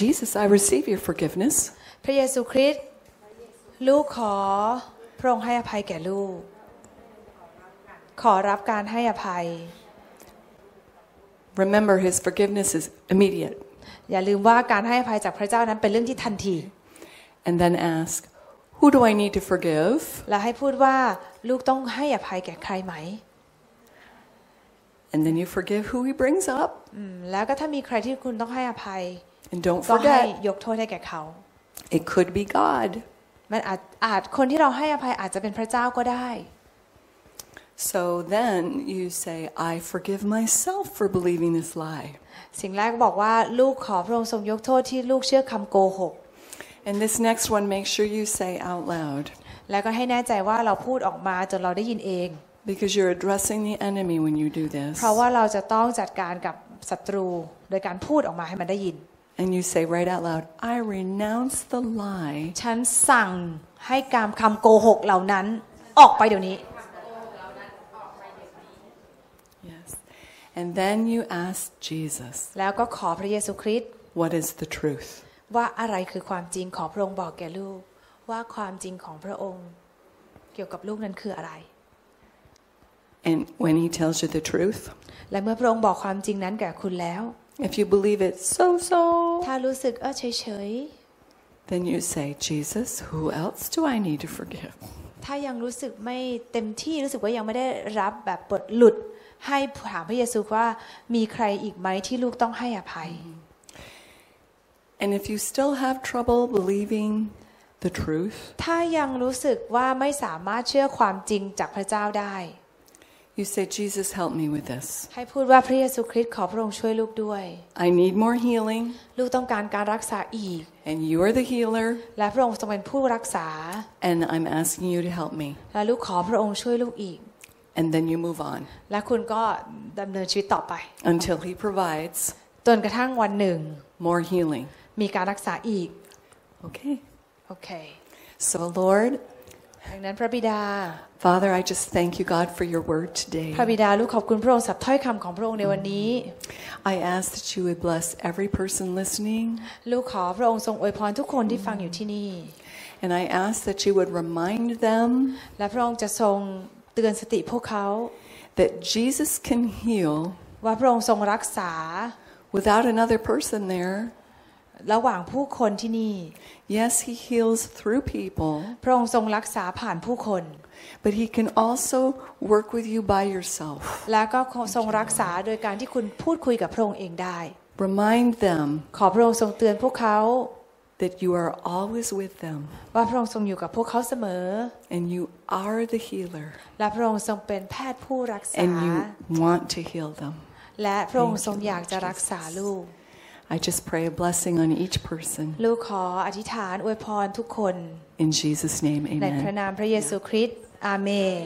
Jesus, I receive your forgiveness.
พระเยซูคริสต์ลูกขอพระองค์ให้อภัยแก่ลูก ขอรับการให้อภัย
Remember, his forgiveness is immediate.
อย่าลืมว่าการให้อภัยจากพระเจ้านั้นเป็นเรื่องที่ทันที
And then ask, Who do I need to forgive?
และให้พูดว่าลูกต้องให้อภัยแก่ใครไหม
And then you forgive who he brings up.
อืมแล้วก็ถ้ามีใครที่คุณต้องให้อภัย
And don't
ก็ให้
forget,
ยกโทษให้แก่เขา
it could be God.
มันอาจอาจคนที่เราให้อภัยอาจจะเป็นพระเจ้าก็ได้
So then you say, I forgive myself for believing this lie.
สิ่งแรกบอกว่าลูกขอพระองค์ทรงยกโทษที่ลูกเชื่อคำโกหก
And this next one, make sure you say out loud
แล้วก็ให้แน่ใจว่าเราพูดออกมาจนเราได้ยินเอง
because you're addressing the enemy when you do this.
เพราะว่าเราจะต้องจัดการกับศัตรู โดยการพูดออกมาให้มันได้ยิน
And you say right out loud, I renounce the lie
ฉันสั่งให้การคำโกหกเหล่านั้น ออกไปเดี๋ยวนี้
Yes. And then you ask Jesus,
แล้วก็ขอพระเยซูคริสต์
what is the truth?
ว่าอะไรคือความจริงของพระองค์บอกแก่ลูก ว่าความจริงของพระองค์ เกี่ยวกับลูกนั้นคืออะไร
And when he tells you the truth,
และเมื่อพระองค์บอกความจริงนั้นแก่คุณแล้ว
if you believe it so so,
ถ้ารู้สึกเออเฉย
then you say, Jesus, who else do I need to forgive?
ๆ ถ้ายังรู้สึกไม่เต็มที่รู้สึกว่ายังไม่ได้รับแบบปลดหลุด ให้ถามพระเยซูว่ามีใครอีกไหมที่ลูกต้องให้อภัย
And if you still have trouble believing the truth,
ถ้ายังรู้สึกว่าไม่สามารถเชื่อความจริงจากพระเจ้าได้
you say, Jesus, help me with this.
ให้พูดว่าพระเยซูคริสต์ขอพระองค์ช่วยลูกด้วย
I need more healing,
ลูกต้องการการรักษาอีก
and you are the healer,
และพระองค์ทรงเป็นผู้รักษา
and I'm asking you to help me.
และลูกขอพระองค์ช่วยลูกอีก
And then you move on
และคุณก็ดำเนินชีวิตต่อไป
until He provides
จนกระทั่งวันหนึ่ง
more healing.
มีการรักษาอีก
Okay.
โอเค
So, Lord,
ดังนั้นพระบิดา
Father, I just thank you, God, for your word
พระ
today.
บิดาลูกขอบคุณพระองค์สำหรับถ้อยคำของพระองค์ในวันนี้
I ask that you would bless every person listening,
ลูกขอพระองค์ทรงอวยพรทุกคนที่ฟังอยู่ที่นี่
and I ask that you would remind them
และพระองค์จะทรงเตือนสติพวกเขา
that Jesus can heal
ว่าพระองค์ทรงรักษา
without another person there.
ระหว่างผู้คนที่นี่
Yes, He heals through people,
พระองค์ทรงรักษาผ่านผู้คน
but He can also work with you by yourself.
และก็ทรงรักษาโดยการที่คุณพูดคุยกับพระองค์เองได้
Remind them
ขอพระองค์ทรงเตือนพวกเขา
that you are always with them
ว่าพระองค์ทรงอยู่กับพวกเขาเสมอ
and you are the healer
และพระองค์ทรงเป็นแพทย์ผู้รักษา
and you want to heal them.
และพระองค์ทรงอยากจะรักษาลูก
I just pray a blessing on each person.
ลูกขออธิษฐานอวยพรทุกคน
In Jesus' name,
ในพ
amen.
ระนามพระเยซูคริสต์อาเมน